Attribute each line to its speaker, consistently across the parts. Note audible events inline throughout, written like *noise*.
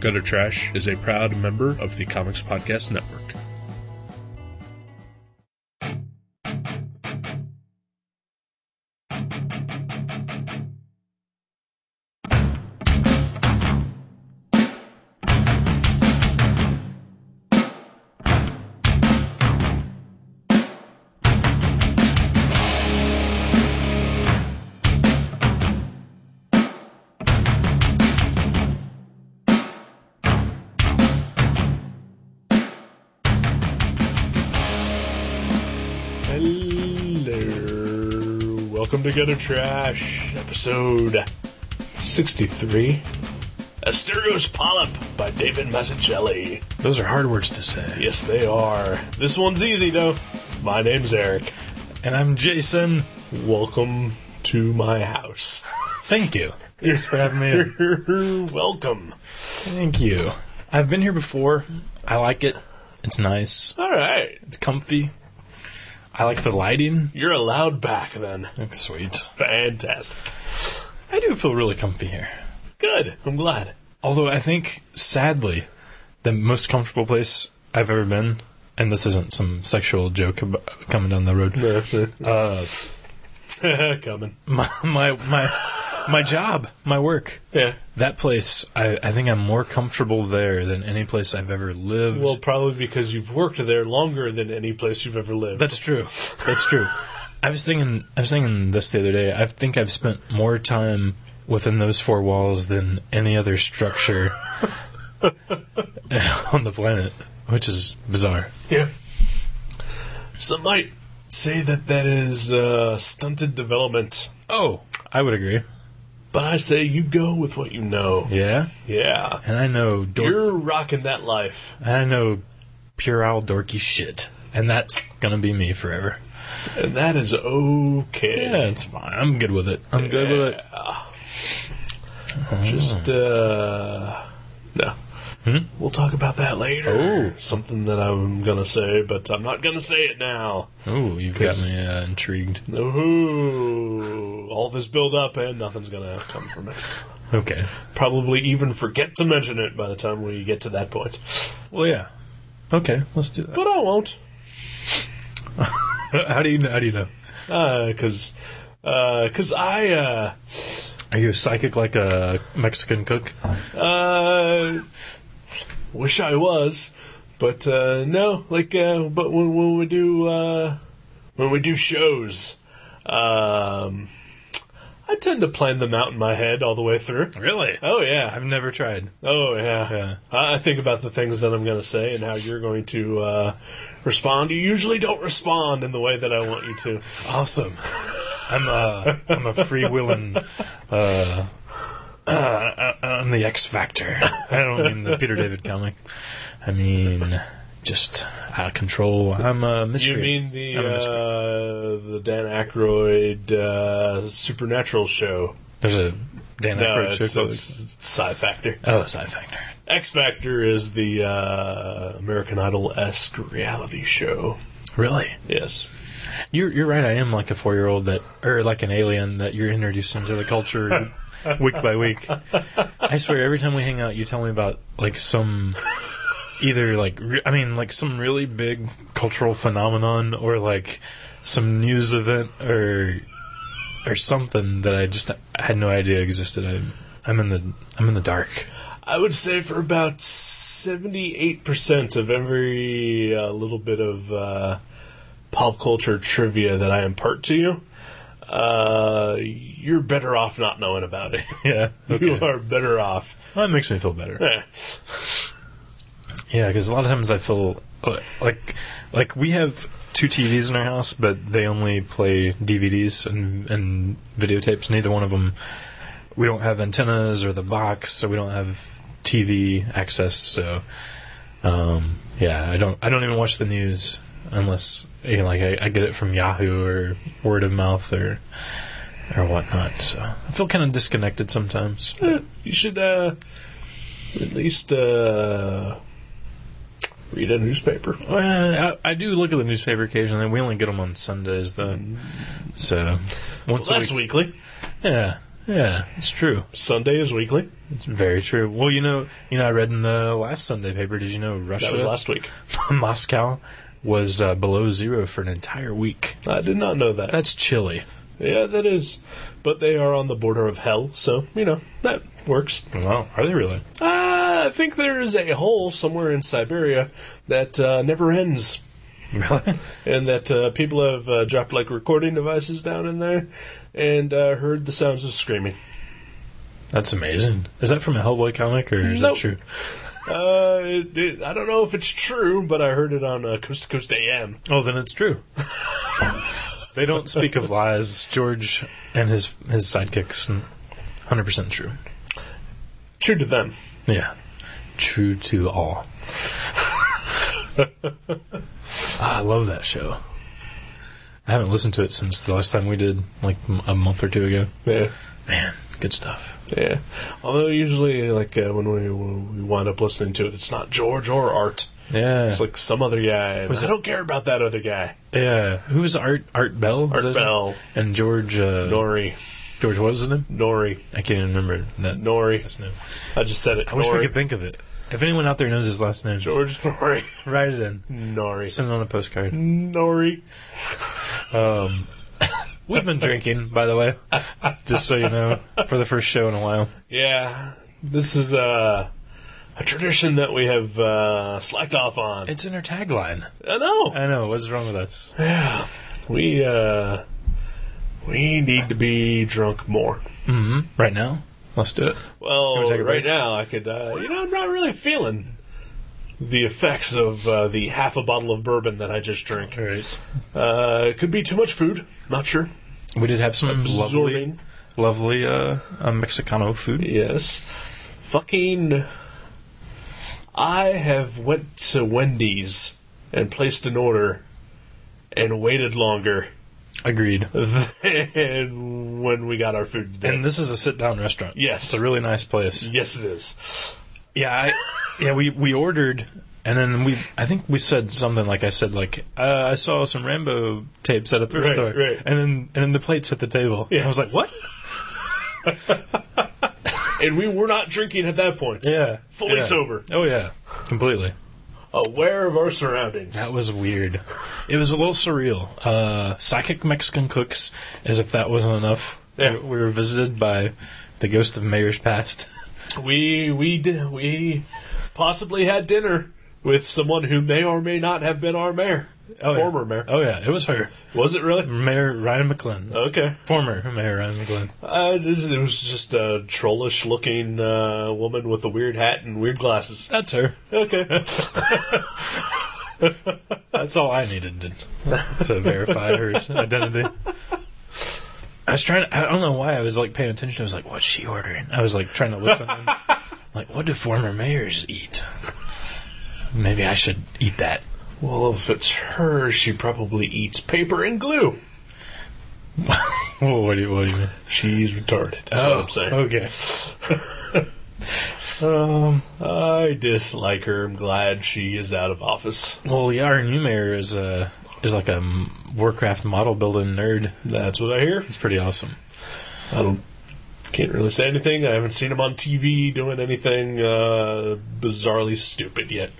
Speaker 1: Gutter Trash is a proud member of the Comics Podcast Network. Hello. Welcome to Gutter Trash, episode 63. Asterios Polyp by David Mazzucchelli.
Speaker 2: Those are hard words to say.
Speaker 1: Yes, they are. This one's easy, though. My name's Eric.
Speaker 2: And I'm Jason.
Speaker 1: Welcome to my house. *laughs*
Speaker 2: Thank you. Thanks for having me. in.
Speaker 1: Welcome.
Speaker 2: Thank you. I've been here before. I like it. It's nice.
Speaker 1: All right.
Speaker 2: It's comfy. I like the lighting.
Speaker 1: You're allowed back then.
Speaker 2: Looks sweet.
Speaker 1: Fantastic.
Speaker 2: I do feel really comfy here.
Speaker 1: Good. I'm glad.
Speaker 2: Although I think, sadly, the most comfortable place I've ever been, and this isn't some sexual joke about coming down the road,
Speaker 1: *laughs* uh, *laughs* coming.
Speaker 2: my, my, my, my job, my work.
Speaker 1: Yeah.
Speaker 2: That place, I, I think I'm more comfortable there than any place I've ever lived.
Speaker 1: Well, probably because you've worked there longer than any place you've ever lived.
Speaker 2: That's true. That's true. I was thinking. I was thinking this the other day. I think I've spent more time within those four walls than any other structure *laughs* on the planet, which is bizarre.
Speaker 1: yeah. Some might say that that is uh, stunted development,
Speaker 2: Oh, I would agree.
Speaker 1: but I say you go with what you know.
Speaker 2: Yeah,
Speaker 1: Yeah.
Speaker 2: and I know dork.
Speaker 1: You're rocking that life.
Speaker 2: and I know puerile dorky shit, and that's gonna be me forever.
Speaker 1: And that is okay.
Speaker 2: Yeah, it's fine. I'm good with it. I'm good with it.
Speaker 1: Just, uh. No. We'll talk about that later.
Speaker 2: Oh.
Speaker 1: Something that I'm gonna say, but I'm not gonna say it now.
Speaker 2: Oh, you've got
Speaker 1: Cause-
Speaker 2: me uh, intrigued.
Speaker 1: Ooh, all this build up and nothing's gonna come from it.
Speaker 2: Okay.
Speaker 1: Probably even forget to mention it by the time we get to that point.
Speaker 2: Well, yeah. Okay, let's do that.
Speaker 1: But I won't,
Speaker 2: *laughs* How do you know? How do you know?
Speaker 1: because because I uh,
Speaker 2: Are you psychic like a Mexican cook?
Speaker 1: uh, wish I was, but uh, no. Like, uh, but when when we do uh, when we do shows, um, I tend to plan them out in my head all the way through.
Speaker 2: Really?
Speaker 1: Oh yeah,
Speaker 2: I've never tried.
Speaker 1: Oh yeah,
Speaker 2: Yeah.
Speaker 1: I I think about the things that I'm going to say and how you're going to uh, respond. You usually don't respond in the way that I want you to.
Speaker 2: Awesome. I'm a I'm a freewheeling. Uh, uh, I'm the X Factor. I don't mean the Peter David comic. I mean just out of control. I'm a
Speaker 1: You
Speaker 2: mystery.
Speaker 1: mean the
Speaker 2: I'm a miscreant.
Speaker 1: uh, the Dan Aykroyd uh, Supernatural show?
Speaker 2: There's a Dan
Speaker 1: No,
Speaker 2: Aykroyd
Speaker 1: it's,
Speaker 2: show called-
Speaker 1: it's, it's Sci Factor.
Speaker 2: Oh, Sci Factor.
Speaker 1: X Factor is the uh, American Idol esque reality show.
Speaker 2: Really?
Speaker 1: Yes.
Speaker 2: You're you're right. I am like a four year old that, or like an alien that you're introduced into
Speaker 1: *laughs*
Speaker 2: the culture week by week. I swear, every time we hang out, you tell me about like some either like re- I mean like some really big cultural phenomenon or like some news event or or something that I just I had no idea existed. I, I'm in the I'm in the dark. *laughs*
Speaker 1: I would say for about 78% of every uh, little bit of uh, pop culture trivia that I impart to you, uh, you're better off not knowing about it. *laughs*
Speaker 2: Yeah.
Speaker 1: You
Speaker 2: Okay.
Speaker 1: are better off. *laughs*
Speaker 2: Well, that makes me feel better.
Speaker 1: Eh.
Speaker 2: Yeah, because a lot of times I feel uh, like like we have two TVs in our house, but they only play DVDs and and videotapes. Neither one of them. We don't have antennas or the box, so we don't have TV access. So, um, yeah, I don't I don't even watch the news unless you know, like I, I get it from Yahoo or word of mouth or or whatnot. So I feel kind of disconnected sometimes.
Speaker 1: Eh, You should uh, at least uh, read a newspaper.
Speaker 2: Well, I, I do look at the newspaper occasionally. We only get them on Sundays, though. So once a
Speaker 1: That's
Speaker 2: week.
Speaker 1: weekly.
Speaker 2: Yeah, Yeah, it's true.
Speaker 1: Sunday is weekly.
Speaker 2: It's very true. Well, you know, you know, I read in the last Sunday paper. Did you know
Speaker 1: That
Speaker 2: Russia,
Speaker 1: was last week.
Speaker 2: *laughs* Moscow, was uh, below zero for an entire week?
Speaker 1: I did not know that.
Speaker 2: That's chilly.
Speaker 1: Yeah, that is. But they are on the border of hell, so, you know, that works.
Speaker 2: Wow, are they really? *laughs*
Speaker 1: Uh, I think there is a hole somewhere in Siberia that uh, never ends,
Speaker 2: Really?
Speaker 1: and that uh, people have uh, dropped, like, recording devices down in there and uh, heard the sounds of screaming.
Speaker 2: That's amazing. Is that from a Hellboy comic or is
Speaker 1: Nope.
Speaker 2: that true?
Speaker 1: Uh, it, it- I don't know if it's true, but I heard it on uh, Coast to Coast AM.
Speaker 2: Oh, then it's true. *laughs* they don't speak of lies. George and his his sidekicks, hundred percent true.
Speaker 1: True to them.
Speaker 2: Yeah, true to *laughs* all. Ah, I love that show. I haven't listened to it since the last time we did, like m- a month or two ago.
Speaker 1: Yeah.
Speaker 2: Man, good stuff.
Speaker 1: Yeah. Although usually, like, uh, when we when we wind up listening to it, it's not George or Art.
Speaker 2: Yeah,
Speaker 1: It's like some other guy.
Speaker 2: Was
Speaker 1: I
Speaker 2: it-
Speaker 1: don't care about that other guy.
Speaker 2: yeah. Who was Art Art Bell? Is
Speaker 1: Art
Speaker 2: that-
Speaker 1: Bell,
Speaker 2: and George. Uh,
Speaker 1: Nori,
Speaker 2: George, what was his name?
Speaker 1: Nori,
Speaker 2: I can't even remember that
Speaker 1: Nori.
Speaker 2: last name.
Speaker 1: I just said it.
Speaker 2: I wish
Speaker 1: Nori.
Speaker 2: we could think of it. If anyone out there knows his last
Speaker 1: *laughs*
Speaker 2: name,
Speaker 1: George Nori,
Speaker 2: write it in.
Speaker 1: Nori,
Speaker 2: Send it on a postcard.
Speaker 1: Nori.
Speaker 2: Um, we've been drinking, by the *laughs* way, just so you know, for the first show in a while.
Speaker 1: Yeah, this is uh, a tradition that we have uh, slacked off on.
Speaker 2: It's in our tagline.
Speaker 1: I know.
Speaker 2: I know. What's wrong with us?
Speaker 1: Yeah, we uh, we need to be drunk more.
Speaker 2: Mm-hmm. Right now, let's do it.
Speaker 1: Well,
Speaker 2: wanna take a
Speaker 1: right
Speaker 2: break?
Speaker 1: now I could, uh, you know, I'm not really feeling the effects of uh, the half a bottle of bourbon that I just drank.
Speaker 2: All right.
Speaker 1: Uh, it could be too much food. Not sure.
Speaker 2: We did have some lovely,
Speaker 1: Absorbing.
Speaker 2: lovely uh, uh, Mexicano food.
Speaker 1: Yes. Fucking. I have went to Wendy's and placed an order and waited longer
Speaker 2: Agreed.
Speaker 1: than when we got our food today.
Speaker 2: And this is a sit-down restaurant.
Speaker 1: Yes.
Speaker 2: it's a really nice place.
Speaker 1: yes, it is.
Speaker 2: Yeah, I, yeah, we we ordered, and then we I think we said something like I said like uh, I saw some Rambo tapes at a thrift
Speaker 1: Right,
Speaker 2: store,
Speaker 1: right.
Speaker 2: and then and then the plates hit the table.
Speaker 1: Yeah.
Speaker 2: I was like, what?
Speaker 1: And we were not drinking at that point.
Speaker 2: Yeah,
Speaker 1: Fully
Speaker 2: Yeah.
Speaker 1: sober.
Speaker 2: Oh yeah, completely.
Speaker 1: Aware of our surroundings.
Speaker 2: That was weird. It was a little surreal. Uh, psychic Mexican cooks, as if that wasn't enough.
Speaker 1: Yeah.
Speaker 2: We, we were visited by the ghost of Mayor's past. *laughs*
Speaker 1: We we di- we possibly had dinner with someone who may or may not have been our mayor,
Speaker 2: Oh, yeah.
Speaker 1: former mayor.
Speaker 2: Oh yeah, it was her,
Speaker 1: Was it really?
Speaker 2: Mayor Ryan McGlynn,
Speaker 1: Okay,
Speaker 2: former Mayor Ryan McGlynn.
Speaker 1: uh, it was- it was just a trollish looking uh, woman with a weird hat and weird glasses.
Speaker 2: That's her.
Speaker 1: Okay, *laughs*
Speaker 2: That's all I needed to, *laughs* to verify her identity. I was trying. To, I don't know why I was like paying attention. I was like, "What's she ordering?" I was like trying to listen. *laughs* And, like, what do former mayors eat? Maybe I should eat that.
Speaker 1: well if it's her, she probably eats paper and glue.
Speaker 2: Well, what do you, what do you mean?
Speaker 1: She's retarded. That's what I'm saying.
Speaker 2: Oh, okay. um.
Speaker 1: I dislike her. I'm glad she is out of office.
Speaker 2: Well, yeah, our new mayor is a is like a Warcraft model building nerd.
Speaker 1: That's what I hear.
Speaker 2: It's pretty awesome.
Speaker 1: I don't can't really say anything. I haven't seen him on TV doing anything uh, bizarrely stupid yet.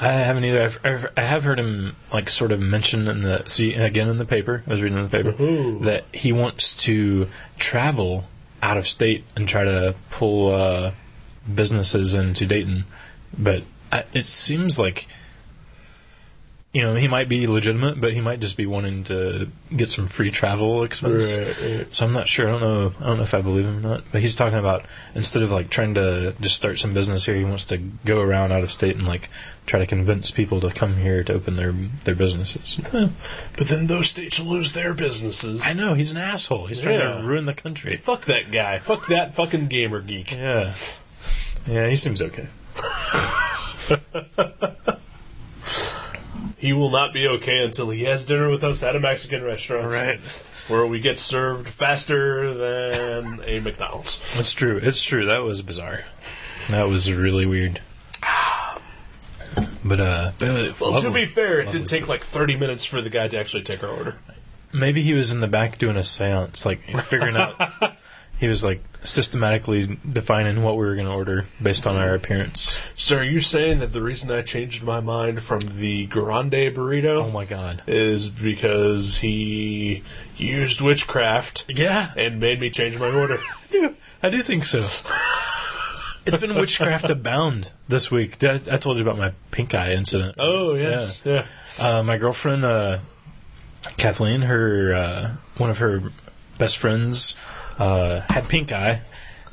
Speaker 2: I haven't either. I've, I've, I have heard him like sort of mention in the see again in the paper. I was reading in the paper
Speaker 1: Ooh.
Speaker 2: that he wants to travel out of state and try to pull uh, businesses into Dayton, but I, it seems like you know he might be legitimate, but he might just be wanting to get some free travel expense. So I'm not sure. I don't know. I don't know if I believe him or not. But he's talking about instead of like trying to just start some business here, he wants to go around out of state and like try to convince people to come here to open their their businesses.
Speaker 1: But then those states will lose their businesses.
Speaker 2: I know he's an asshole. He's trying
Speaker 1: Yeah.
Speaker 2: to ruin the country.
Speaker 1: Fuck that guy. Fuck that fucking gamer geek.
Speaker 2: Yeah. Yeah, he seems okay.
Speaker 1: He will not be okay until he has dinner with us at a Mexican restaurant. Where we get served faster than a McDonald's.
Speaker 2: It's true. It's true. That was bizarre. That was really weird. But uh,
Speaker 1: Well, to be fair, it
Speaker 2: Lovely
Speaker 1: did take like 30 minutes for the guy to actually take our order.
Speaker 2: *laughs* Maybe he was in the back doing a seance, like figuring out he was like systematically defining what we were going to order based on our appearance.
Speaker 1: So are you saying that the reason I changed my mind from the Grande burrito
Speaker 2: Oh my god.
Speaker 1: is because he used witchcraft
Speaker 2: Yeah,
Speaker 1: and made me change my
Speaker 2: *laughs*
Speaker 1: order?
Speaker 2: I do think so. it's been witchcraft abound this week. Did I, I told you about my pink eye incident.
Speaker 1: Oh yes, yeah.
Speaker 2: Uh, my girlfriend, uh, Kathleen, her uh, one of her best friends uh, had pink eye,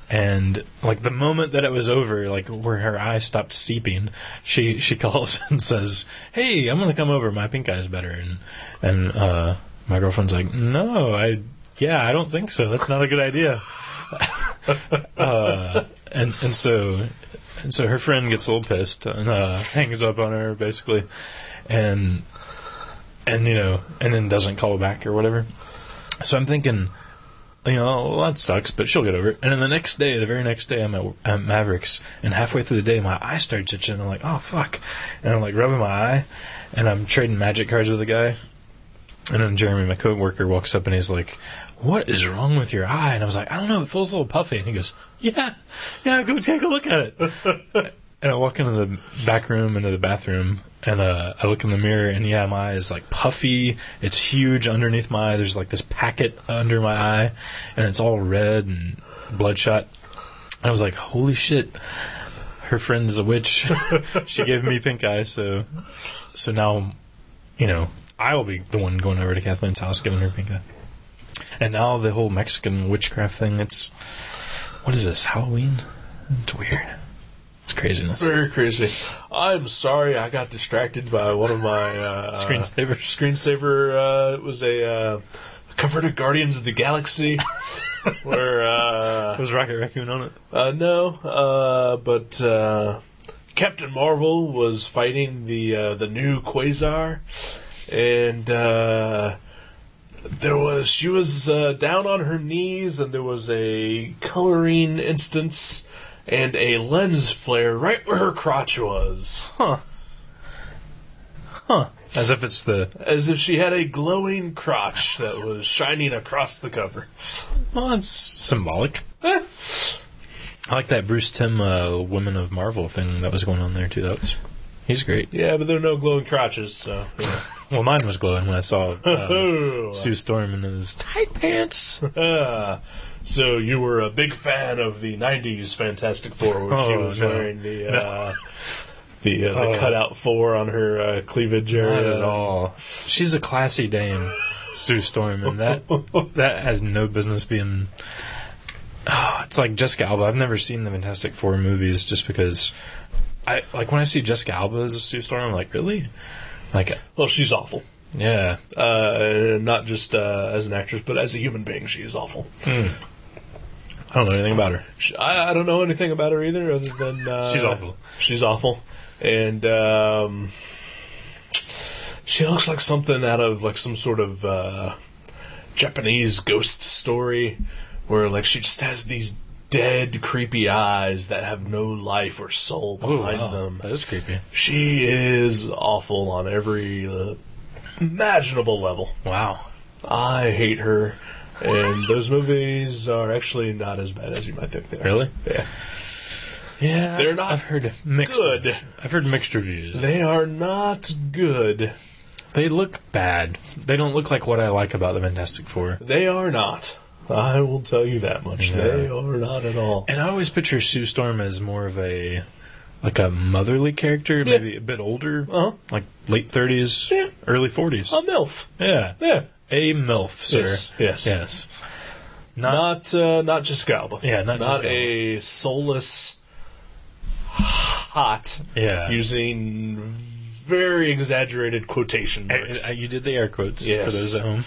Speaker 2: and like the moment that it was over, like where her eye stopped seeping, she she *laughs* calls and says, "Hey, I'm gonna come over. My pink eye's better." And and uh, my girlfriend's like, "No, I yeah, I don't think so. That's not a good idea." *laughs* uh, and and so and so her friend gets a little pissed and uh, *laughs* hangs up on her basically, and and you know and then doesn't call back or whatever. So I'm thinking, you know, well, that sucks, but she'll get over it. And then the next day, the very next day, I'm at, at Mavericks, and halfway through the day, my eye starts itching. I'm like, oh fuck, and I'm like rubbing my eye, and I'm trading magic cards with a guy. And then Jeremy, my coworker, walks up and he's like, "What is wrong with your eye?" And I was like, "I don't know. It feels a little puffy." And he goes, "Yeah, yeah. Go take a look at it." and I walk into the back room, into the bathroom, and uh, I look in the mirror, and yeah, my eye is like puffy. It's huge underneath my eye. There's like this packet under my eye, and it's all red and bloodshot. I was like, "Holy shit!" Her friend is a witch. *laughs* she gave me pink eye, so so now, you know, I will be the one going over to Kathleen's house giving her pink eye. And now the whole Mexican witchcraft thing—it's what is this Halloween? It's weird. It's craziness.
Speaker 1: *laughs* Very crazy. I'm sorry I got distracted by one of my uh,
Speaker 2: Screensaver.
Speaker 1: Screensaver uh, it was a uh, cover to Guardians of the Galaxy, where uh,
Speaker 2: was Rocket Raccoon on it?
Speaker 1: uh, no, uh, but uh, Captain Marvel was fighting the uh, the new Quasar, and uh, there was she was uh, down on her knees, and there was a coloring instance. And a lens flare right where her crotch was.
Speaker 2: Huh. Huh. As if it's the.
Speaker 1: as if she had a glowing crotch that was shining across the cover.
Speaker 2: Well, it's symbolic. I like that Bruce Tim uh, Women of Marvel thing that was going on there, too. That was. He's great.
Speaker 1: Yeah, but there are no glowing crotches, so. yeah.
Speaker 2: Well, mine was glowing when I saw *laughs* uh,
Speaker 1: Oh,
Speaker 2: Sue Storm in those tight *laughs* pants.
Speaker 1: ah. so you were a big fan of the '90s Fantastic Four, when she
Speaker 2: Oh,
Speaker 1: was
Speaker 2: no.
Speaker 1: wearing the uh, the, uh, the
Speaker 2: Oh.
Speaker 1: cutout four on her uh, cleavage area.
Speaker 2: Not at all. She's a classy dame, Sue Storm, and *laughs* that that has no business being. *sighs* Oh, it's like Jessica Alba. I've never seen the Fantastic Four movies just because, I like when I see Jessica Alba as a Sue Storm, I'm like, really? Like,
Speaker 1: Well, she's awful.
Speaker 2: yeah,
Speaker 1: Uh, not just uh, as an actress, but as a human being, she is awful.
Speaker 2: I don't know anything about her.
Speaker 1: Sh I, I don't know anything about her either, other than uh,
Speaker 2: She's awful.
Speaker 1: She's awful, and um, she looks like something out of like some sort of uh, Japanese ghost story, where like she just has these dead, creepy eyes that have no life or soul behind
Speaker 2: Oh, wow.
Speaker 1: them.
Speaker 2: That is creepy.
Speaker 1: She is awful on every uh, imaginable level.
Speaker 2: Wow.
Speaker 1: I hate her. And those movies are actually not as bad as you might think they are.
Speaker 2: Really?
Speaker 1: Yeah.
Speaker 2: Yeah.
Speaker 1: They're
Speaker 2: I've-
Speaker 1: not
Speaker 2: I've heard mixed.
Speaker 1: good.
Speaker 2: I've heard mixed reviews.
Speaker 1: They are not good.
Speaker 2: They look bad. They don't look like what I like about the Fantastic Four.
Speaker 1: They are not. I will tell you that much.
Speaker 2: Yeah.
Speaker 1: They are not at all.
Speaker 2: And I always picture Sue Storm as more of a like a motherly character,
Speaker 1: Yeah.
Speaker 2: maybe a bit older,
Speaker 1: Uh huh.
Speaker 2: like late thirties,
Speaker 1: Yeah.
Speaker 2: early forties.
Speaker 1: A MILF.
Speaker 2: yeah,
Speaker 1: Yeah.
Speaker 2: a milf, sir.
Speaker 1: Um, Yes. Yes.
Speaker 2: Yes. Not,
Speaker 1: Not uh, not just Galba.
Speaker 2: Yeah, not
Speaker 1: not
Speaker 2: Jessica Alba.
Speaker 1: a soulless hot
Speaker 2: yeah.
Speaker 1: using very exaggerated quotation marks.
Speaker 2: Uh, you did the air quotes
Speaker 1: Yes.
Speaker 2: for those at home.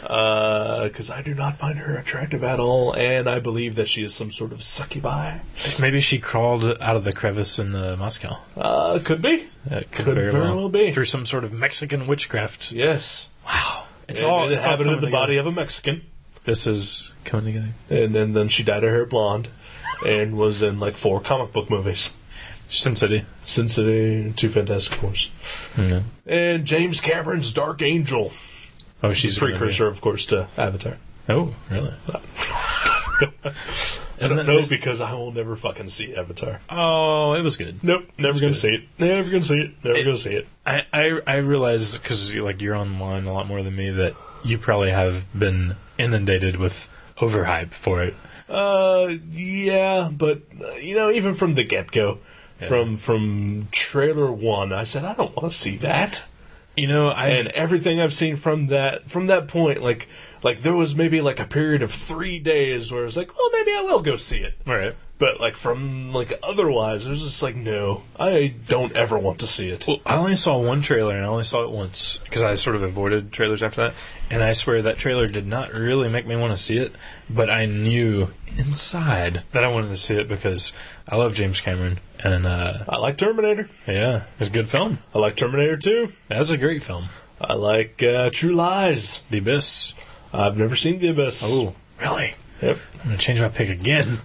Speaker 1: because Uh, I do not find her attractive at all, and I believe that she is some sort of succubi.
Speaker 2: Maybe she crawled out of the crevice in the Moscow.
Speaker 1: Uh, could be.
Speaker 2: That could,
Speaker 1: Could
Speaker 2: very, well.
Speaker 1: be.
Speaker 2: through some sort of Mexican witchcraft.
Speaker 1: Yes,
Speaker 2: Wow, it's
Speaker 1: It-
Speaker 2: all
Speaker 1: it
Speaker 2: it's all
Speaker 1: happened in the
Speaker 2: coming
Speaker 1: body
Speaker 2: together.
Speaker 1: of a Mexican,
Speaker 2: This is coming together.
Speaker 1: and then then she dyed her hair blonde, and was in like four comic book movies.
Speaker 2: Sin City.
Speaker 1: Sin City, Two Fantastic Fours,
Speaker 2: Yeah.
Speaker 1: and James Cameron's Dark Angel,
Speaker 2: Oh, she's gonna
Speaker 1: *laughs*
Speaker 2: be-
Speaker 1: precursor, of course, to Avatar.
Speaker 2: Oh, really?
Speaker 1: I
Speaker 2: Isn't
Speaker 1: don't
Speaker 2: that
Speaker 1: know
Speaker 2: basi-
Speaker 1: because I will never fucking see Avatar.
Speaker 2: Oh, it was good.
Speaker 1: Nope, never gonna
Speaker 2: good.
Speaker 1: see it. Never gonna see it. Never
Speaker 2: It-
Speaker 1: gonna see it.
Speaker 2: I I, I realize because like you're online a lot more than me that you probably have been inundated with overhype for it.
Speaker 1: Uh, yeah, but uh, you know, even from the get go, from from trailer one, I said I don't want to see that.
Speaker 2: You know, I
Speaker 1: and everything I've seen from that from that point, like like there was maybe like a period of three days where I was like, well, maybe I will go see it.
Speaker 2: all right.
Speaker 1: But like from like otherwise, it was just like, no, I don't ever want to see it.
Speaker 2: Well, I only saw one trailer and I only saw it once because I sort of avoided trailers after that. And I swear that trailer did not really make me want to see it, but I knew inside that I wanted to see it because I love James Cameron and uh,
Speaker 1: I like Terminator.
Speaker 2: yeah, it's a good film.
Speaker 1: I like Terminator Two.
Speaker 2: That's a great film.
Speaker 1: I like uh, True Lies.
Speaker 2: The Abyss.
Speaker 1: I've never seen The Abyss.
Speaker 2: Oh, really?
Speaker 1: Yep.
Speaker 2: I'm gonna change my pick again.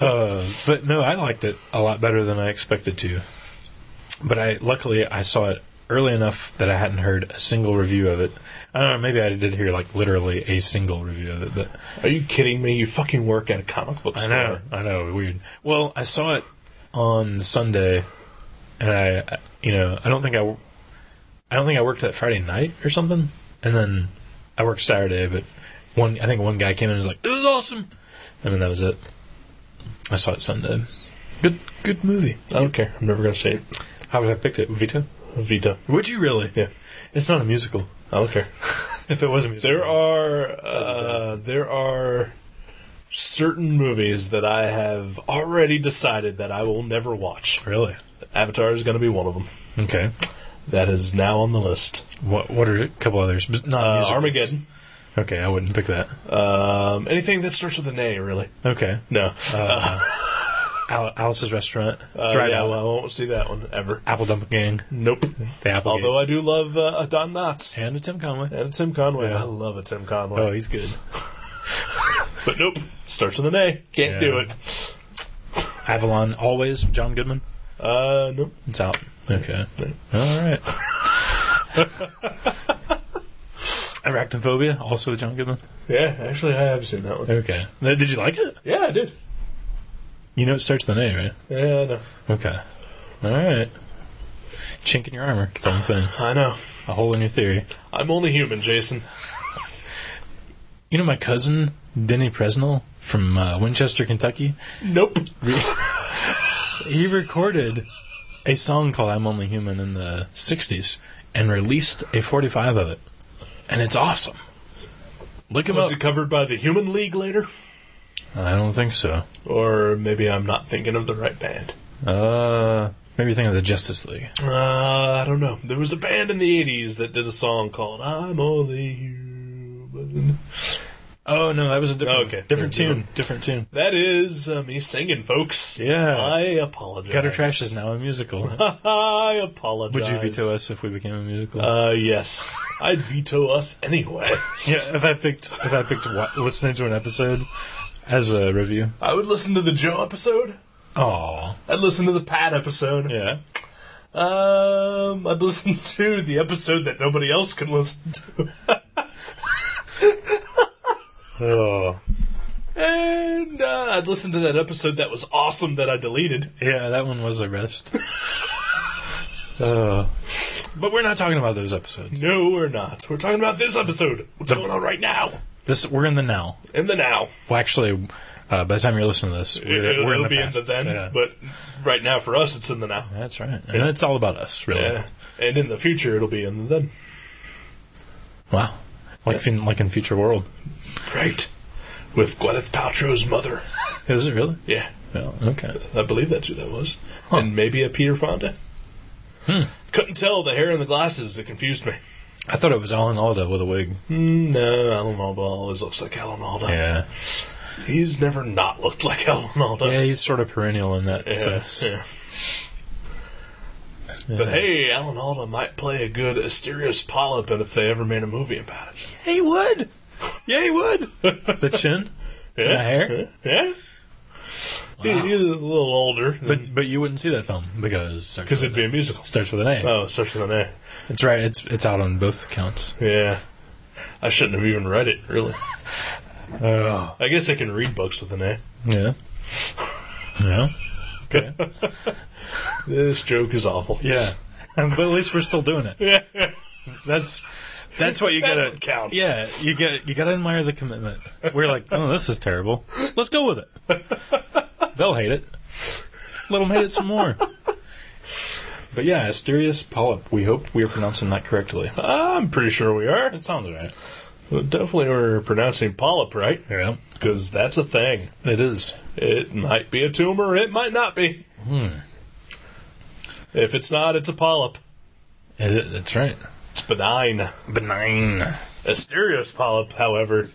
Speaker 2: uh, but no, I liked it a lot better than I expected to. But I luckily I saw it early enough that I hadn't heard a single review of it. I don't know, maybe I did hear like literally a single review of it, but
Speaker 1: Are you kidding me? You fucking work at a comic book
Speaker 2: I
Speaker 1: store.
Speaker 2: know, I know, weird. Well, I saw it on Sunday, and I, I- you know, I don't think I, I don't think I worked that Friday night or something, and then I worked Saturday. But one, I think one guy came in and was like, "It was awesome," and then that was it. I saw it Sunday. Good, good movie.
Speaker 1: I don't care. I'm never gonna see it.
Speaker 2: How would I picked it? Vita?
Speaker 1: Vita.
Speaker 2: Would you really?
Speaker 1: Yeah.
Speaker 2: It's not a musical.
Speaker 1: I don't care.
Speaker 2: If it was a musical,
Speaker 1: There are uh, there are certain movies that I have already decided that I will never watch.
Speaker 2: really
Speaker 1: Avatar is going to be one of them.
Speaker 2: okay.
Speaker 1: That is now on the list.
Speaker 2: What what are a couple others? But Not
Speaker 1: Uh,
Speaker 2: musicals.
Speaker 1: Armageddon.
Speaker 2: Okay, I wouldn't pick that.
Speaker 1: Um, anything that starts with an A, really.
Speaker 2: Okay.
Speaker 1: No.
Speaker 2: uh, Al- Alice's Restaurant.
Speaker 1: Uh,
Speaker 2: It's right
Speaker 1: yeah,
Speaker 2: out.
Speaker 1: well, I won't see that one ever.
Speaker 2: Apple Dump Gang.
Speaker 1: Nope.
Speaker 2: The Apple
Speaker 1: Although I
Speaker 2: Gates.
Speaker 1: do love uh, a Don Knotts
Speaker 2: and a Tim Conway.
Speaker 1: and a Tim Conway.
Speaker 2: Yeah.
Speaker 1: I love a Tim Conway.
Speaker 2: Oh, he's good.
Speaker 1: But nope. Starts with an A. Can't
Speaker 2: Yeah.
Speaker 1: do it.
Speaker 2: Avalon always. John Goodman.
Speaker 1: Uh, nope.
Speaker 2: It's out. Okay. All right. *laughs* Arachnophobia, also with John Goodman.
Speaker 1: Yeah, actually, I have seen that one.
Speaker 2: Okay. Now, Did you like it?
Speaker 1: Yeah, I did.
Speaker 2: You know it starts with an A, right?
Speaker 1: Yeah, I know.
Speaker 2: Okay. All right. Chink in your armor. That's all I'm saying.
Speaker 1: I know.
Speaker 2: A hole in your theory.
Speaker 1: I'm only human, Jason.
Speaker 2: You know my cousin Denny Presnell from uh, Winchester, Kentucky.
Speaker 1: Nope.
Speaker 2: he recorded a song called "I'm Only Human" in the '60s and released a 45 of it, and it's awesome. Look him
Speaker 1: Was
Speaker 2: up.
Speaker 1: it covered by the Human League later?
Speaker 2: I don't think so.
Speaker 1: Or maybe I'm not thinking of the right band.
Speaker 2: Uh, maybe think of the Justice League.
Speaker 1: Uh, I don't know. There was a band in the 80s that did a song called I'm Only Human.
Speaker 2: Oh no, that was a different
Speaker 1: Okay.
Speaker 2: different
Speaker 1: Yeah,
Speaker 2: tune. Different tune.
Speaker 1: That is uh, me singing, folks.
Speaker 2: Yeah.
Speaker 1: I apologize.
Speaker 2: Gutter Trash is now a *laughs* musical.
Speaker 1: *laughs* I apologize.
Speaker 2: Would you veto us if we became a musical?
Speaker 1: Uh, yes. I'd veto us anyway.
Speaker 2: yeah, if I picked if I picked wa- listening to an episode as a review.
Speaker 1: I would listen to the Joe episode.
Speaker 2: Oh
Speaker 1: I'd listen to the Pat episode.
Speaker 2: yeah.
Speaker 1: Um, I'd listen *laughs* to the episode that nobody else can listen to.
Speaker 2: Oh
Speaker 1: And uh, I'd listen to that episode that was awesome that I deleted.
Speaker 2: yeah, that one was
Speaker 1: *laughs*
Speaker 2: the best. uh, but we're not talking about those episodes.
Speaker 1: No, we're not. We're talking about this episode. What's going on right now?
Speaker 2: This we're in the now.
Speaker 1: In the now.
Speaker 2: Well, actually, uh, by the time you're listening to this, we're,
Speaker 1: It-
Speaker 2: we're in
Speaker 1: It'll
Speaker 2: the
Speaker 1: be
Speaker 2: past.
Speaker 1: in the then,
Speaker 2: Yeah.
Speaker 1: but right now for us, it's in the now.
Speaker 2: that's right, and it's all about us, really.
Speaker 1: Yeah. And in the future, it'll be in the then.
Speaker 2: Wow, like in, like in future world,
Speaker 1: Right. With Gwyneth Paltrow's mother.
Speaker 2: is it really?
Speaker 1: Yeah,
Speaker 2: Well, okay.
Speaker 1: I believe that's who that was. And maybe a Peter Fonda.
Speaker 2: Hmm.
Speaker 1: Couldn't tell the hair and the glasses that confused me. Hmm,
Speaker 2: I thought it was Alan Alda with a wig.
Speaker 1: No, Alan Alda always looks like Alan Alda.
Speaker 2: Yeah,
Speaker 1: He's never not looked like Alan Alda.
Speaker 2: yeah, he's sort of perennial in that
Speaker 1: Yeah,
Speaker 2: sense.
Speaker 1: yeah. But hey, Alan Alda might play a good Asterios polyp if they ever made a movie about it.
Speaker 2: he would. Yeah,
Speaker 1: *laughs*
Speaker 2: he would. the chin,
Speaker 1: Yeah,
Speaker 2: the hair,
Speaker 1: yeah. He-
Speaker 2: Wow.
Speaker 1: he's a little older
Speaker 2: but but you wouldn't see that film because
Speaker 1: because it'd be a musical.
Speaker 2: starts with an A.
Speaker 1: Oh, such an A.
Speaker 2: That's right. It's it's out on both accounts. *laughs*
Speaker 1: Yeah, I shouldn't have even read it. Really,
Speaker 2: Uh,
Speaker 1: I guess I can read books with an A.
Speaker 2: *laughs* yeah. Yeah. Okay.
Speaker 1: This joke is awful.
Speaker 2: Yeah. *laughs* Um, but at least we're still doing it.
Speaker 1: Yeah.
Speaker 2: That's that's what you
Speaker 1: That's
Speaker 2: gotta
Speaker 1: what counts.
Speaker 2: Yeah, you get you gotta admire the commitment. We're like, oh, this is terrible. Let's go with *laughs* it. They'll hate it. Let them hate it some more. But yeah, Asterius polyp. We hope we are pronouncing that correctly.
Speaker 1: I'm pretty sure we are.
Speaker 2: It sounded right.
Speaker 1: Well, definitely we're pronouncing polyp right
Speaker 2: Yeah,
Speaker 1: because that's a thing.
Speaker 2: it is.
Speaker 1: It might be a tumor. It might not be.
Speaker 2: Hmm.
Speaker 1: If it's not, it's a polyp.
Speaker 2: It, it, it's right.
Speaker 1: It's benign.
Speaker 2: Benign.
Speaker 1: Asterios polyp, however,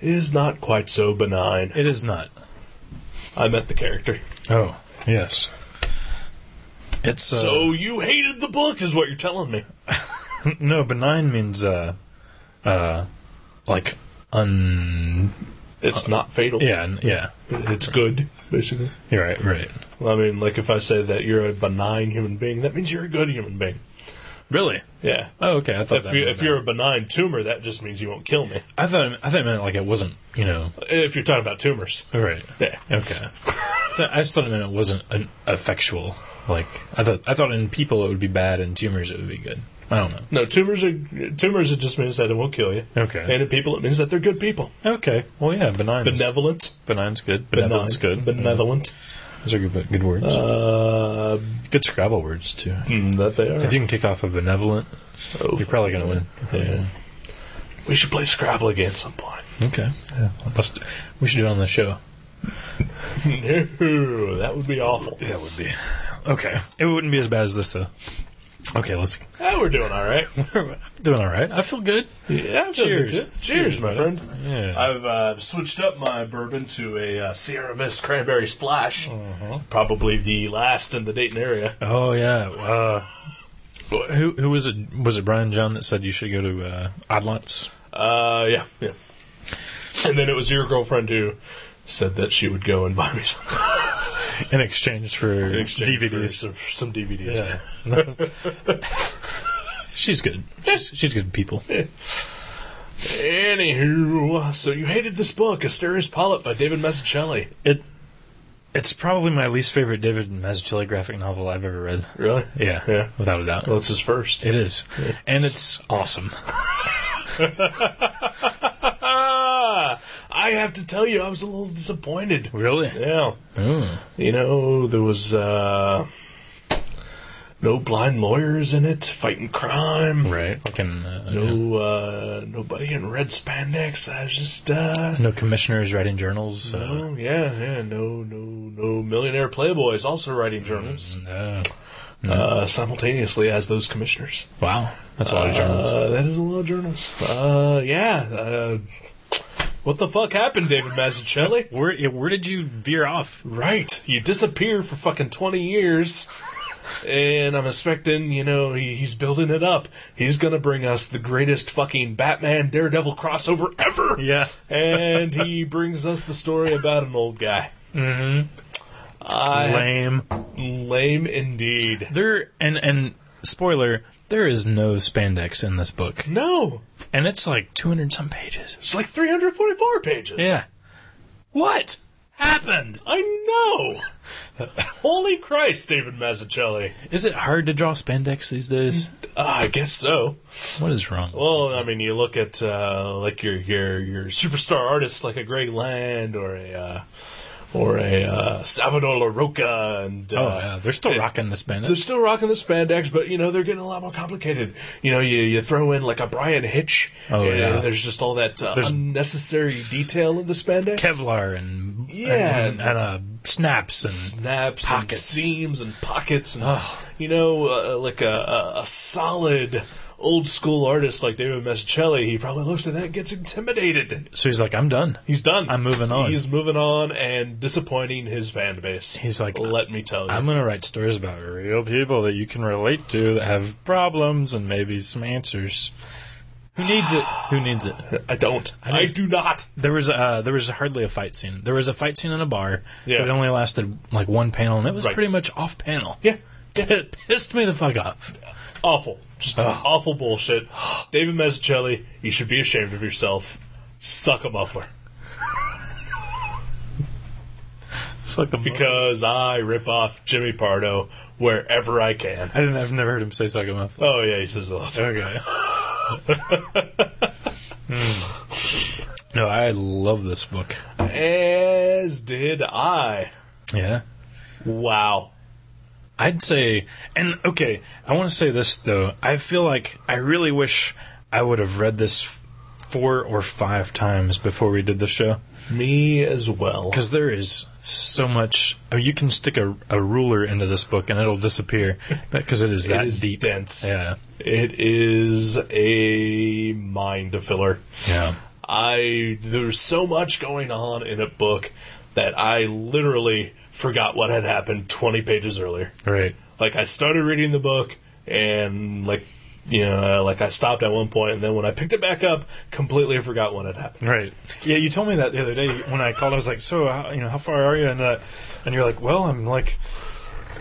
Speaker 1: is not quite so benign.
Speaker 2: It is not.
Speaker 1: I met the character.
Speaker 2: Oh yes. It's uh,
Speaker 1: so you hated the book, is what you're telling me.
Speaker 2: No, benign means uh, uh, like un.
Speaker 1: It's not fatal.
Speaker 2: uh, Yeah, n- yeah.
Speaker 1: It's good, basically.
Speaker 2: You're right, right.
Speaker 1: Well, I mean, like if I say that you're a benign human being, that means you're a good human being.
Speaker 2: Really?
Speaker 1: Yeah.
Speaker 2: Oh, okay. I thought
Speaker 1: If
Speaker 2: that
Speaker 1: you
Speaker 2: meant
Speaker 1: if
Speaker 2: that.
Speaker 1: you're a benign tumor, that just means you won't kill me.
Speaker 2: I thought I thought it meant like it wasn't. You know,
Speaker 1: If you're talking about tumors.
Speaker 2: right?
Speaker 1: Yeah.
Speaker 2: Okay. I thought- I just thought it meant it wasn't an effectual. Like I thought, I thought in people it would be bad, in tumors it would be good. I don't know.
Speaker 1: No, tumors are tumors. It just means that it won't kill you.
Speaker 2: Okay.
Speaker 1: And in people, it means that they're good people,
Speaker 2: okay. Well, yeah, benign. is-
Speaker 1: benevolent,
Speaker 2: Benign's good.
Speaker 1: benign,
Speaker 2: Benevolent's good. Mm-hmm.
Speaker 1: benevolent.
Speaker 2: Those are good, good words.
Speaker 1: Uh,
Speaker 2: good Scrabble words too.
Speaker 1: mm, that they are.
Speaker 2: If you can kick off a benevolent,
Speaker 1: Oh,
Speaker 2: you're probably gonna win.
Speaker 1: Yeah. We should play Scrabble again at some point. *laughs*
Speaker 2: Okay. Yeah. Must- we should do it on the show.
Speaker 1: no, that would be awful.
Speaker 2: That would be. Okay. It wouldn't be as bad as this, though. Okay, let's.
Speaker 1: Ah, we're doing all
Speaker 2: *laughs*
Speaker 1: right.
Speaker 2: Doing all right. I feel good.
Speaker 1: Yeah,
Speaker 2: Cheers.
Speaker 1: cheers, cheers, my friend.
Speaker 2: Yeah.
Speaker 1: I've uh, switched up my bourbon to a uh, Sierra Mist Cranberry Splash,
Speaker 2: Uh-huh.
Speaker 1: probably the last in the Dayton area.
Speaker 2: oh yeah. Uh, wh- who who was it? Was it Brian John that said you should go to uh, Odd Lots?
Speaker 1: Uh, yeah, yeah. And then it was your girlfriend who said that she would go and buy me some
Speaker 2: in exchange for
Speaker 1: in exchange for
Speaker 2: DVDs?
Speaker 1: some, some DVDs.
Speaker 2: yeah. she's good. She's, she's good people.
Speaker 1: Anywho, so you hated this book, Asterius Polyp by David Mazzucchelli.
Speaker 2: It. It's probably my least favorite David Mazzucchelli graphic novel I've ever read.
Speaker 1: Really?
Speaker 2: Yeah,
Speaker 1: Yeah.
Speaker 2: without a doubt.
Speaker 1: Well, it's his first.
Speaker 2: It is. And it's awesome.
Speaker 1: Ah, I have to tell you, I was a little disappointed.
Speaker 2: Really?
Speaker 1: Yeah. You know, there was uh, no blind lawyers in it fighting crime.
Speaker 2: Right. Like in, uh, yeah.
Speaker 1: No, uh, nobody in red spandex. I was just, uh,
Speaker 2: no commissioners writing journals. Uh,
Speaker 1: no, yeah, yeah, no, no, no millionaire playboys also writing journals
Speaker 2: no. Mm-hmm.
Speaker 1: uh, simultaneously as those commissioners.
Speaker 2: Wow. That's a lot of journals.
Speaker 1: Uh, that is a lot of journals. Uh, yeah. Uh, what the fuck happened, David Mazzucchelli?
Speaker 2: where, yeah, where did you veer off?
Speaker 1: Right. You disappear for fucking 20 years. And I'm expecting, you know, he, he's building it up. He's gonna bring us the greatest fucking Batman Daredevil crossover ever.
Speaker 2: Yeah.
Speaker 1: And he brings us the story about an old guy. Mm-hmm. I
Speaker 2: Lame.
Speaker 1: lame indeed.
Speaker 2: There and and spoiler, there is no spandex in this book,
Speaker 1: No,
Speaker 2: and it's like two hundred some pages.
Speaker 1: it's like 344 pages.
Speaker 2: Yeah. What happened?
Speaker 1: I know. Holy Christ, David Mazzucchelli.
Speaker 2: Is it hard to draw spandex these days?
Speaker 1: Ah, I guess so.
Speaker 2: What is wrong?
Speaker 1: Well, I mean, you look at uh, like your your your superstar artists like a Greg Land or a uh, or a uh, Salvador LaRocca, and uh,
Speaker 2: Oh yeah, they're still
Speaker 1: it-
Speaker 2: rocking the
Speaker 1: they're
Speaker 2: spandex.
Speaker 1: still rocking the spandex, but you know they're getting a lot more complicated. You know, you you throw in like a Brian Hitch.
Speaker 2: Oh,
Speaker 1: and
Speaker 2: yeah.
Speaker 1: There's just all that uh,
Speaker 2: There's-
Speaker 1: unnecessary detail in the spandex.
Speaker 2: Kevlar and
Speaker 1: Yeah.
Speaker 2: and, and uh, snaps and
Speaker 1: snaps
Speaker 2: Pockets.
Speaker 1: and seams and pockets and you know uh, like a, a, a solid old school artist like David Mazzucchelli he probably looks at that and gets intimidated
Speaker 2: so he's like, I'm done.
Speaker 1: he's done
Speaker 2: I'm moving on.
Speaker 1: he's moving on and disappointing his fan base
Speaker 2: He's like,
Speaker 1: let me tell you
Speaker 2: I'm going to write stories about real people that you can relate to that have problems and maybe some answers. Who needs *sighs* it? Who needs it?
Speaker 1: I don't I,
Speaker 2: need-
Speaker 1: do not
Speaker 2: There was uh, there was hardly a fight scene. There was a fight scene in a bar.
Speaker 1: Yeah.
Speaker 2: But it only lasted like one panel, and it was
Speaker 1: Right.
Speaker 2: pretty much off panel.
Speaker 1: yeah yeah
Speaker 2: *laughs* It pissed me the fuck off.
Speaker 1: awful just awful *sighs* bullshit David Mazzucchelli you should be ashamed of yourself suck a muffler
Speaker 2: It's like the mo-
Speaker 1: because I rip off Jimmy Pardo wherever I can.
Speaker 2: I didn't, I've never heard him say suck a muffler.
Speaker 1: Oh yeah, he says a lot.
Speaker 2: Okay. *laughs* Hmm. No, I love this book.
Speaker 1: As did I.
Speaker 2: Yeah.
Speaker 1: Wow.
Speaker 2: I'd say, and okay, I want to say this though. I feel like I really wish I would have read this four or five times before we did the show
Speaker 1: Me as well.
Speaker 2: because there is so much. I mean, you can stick a, a ruler into this book and it'll disappear *laughs* because it is
Speaker 1: It
Speaker 2: that
Speaker 1: is
Speaker 2: deep.
Speaker 1: dense.
Speaker 2: Yeah,
Speaker 1: It is a mind filler.
Speaker 2: yeah,
Speaker 1: I there's so much going on in a book that I literally forgot what had happened 20 pages earlier.
Speaker 2: right.
Speaker 1: Like I started reading the book and like you know uh, like I stopped at one point and then when I picked it back up, completely forgot what had happened.
Speaker 2: Right. Yeah, you told me that the other day when I called. I was like, "So, how, you know, how far are you?" And uh, and you're like, "Well, I'm like."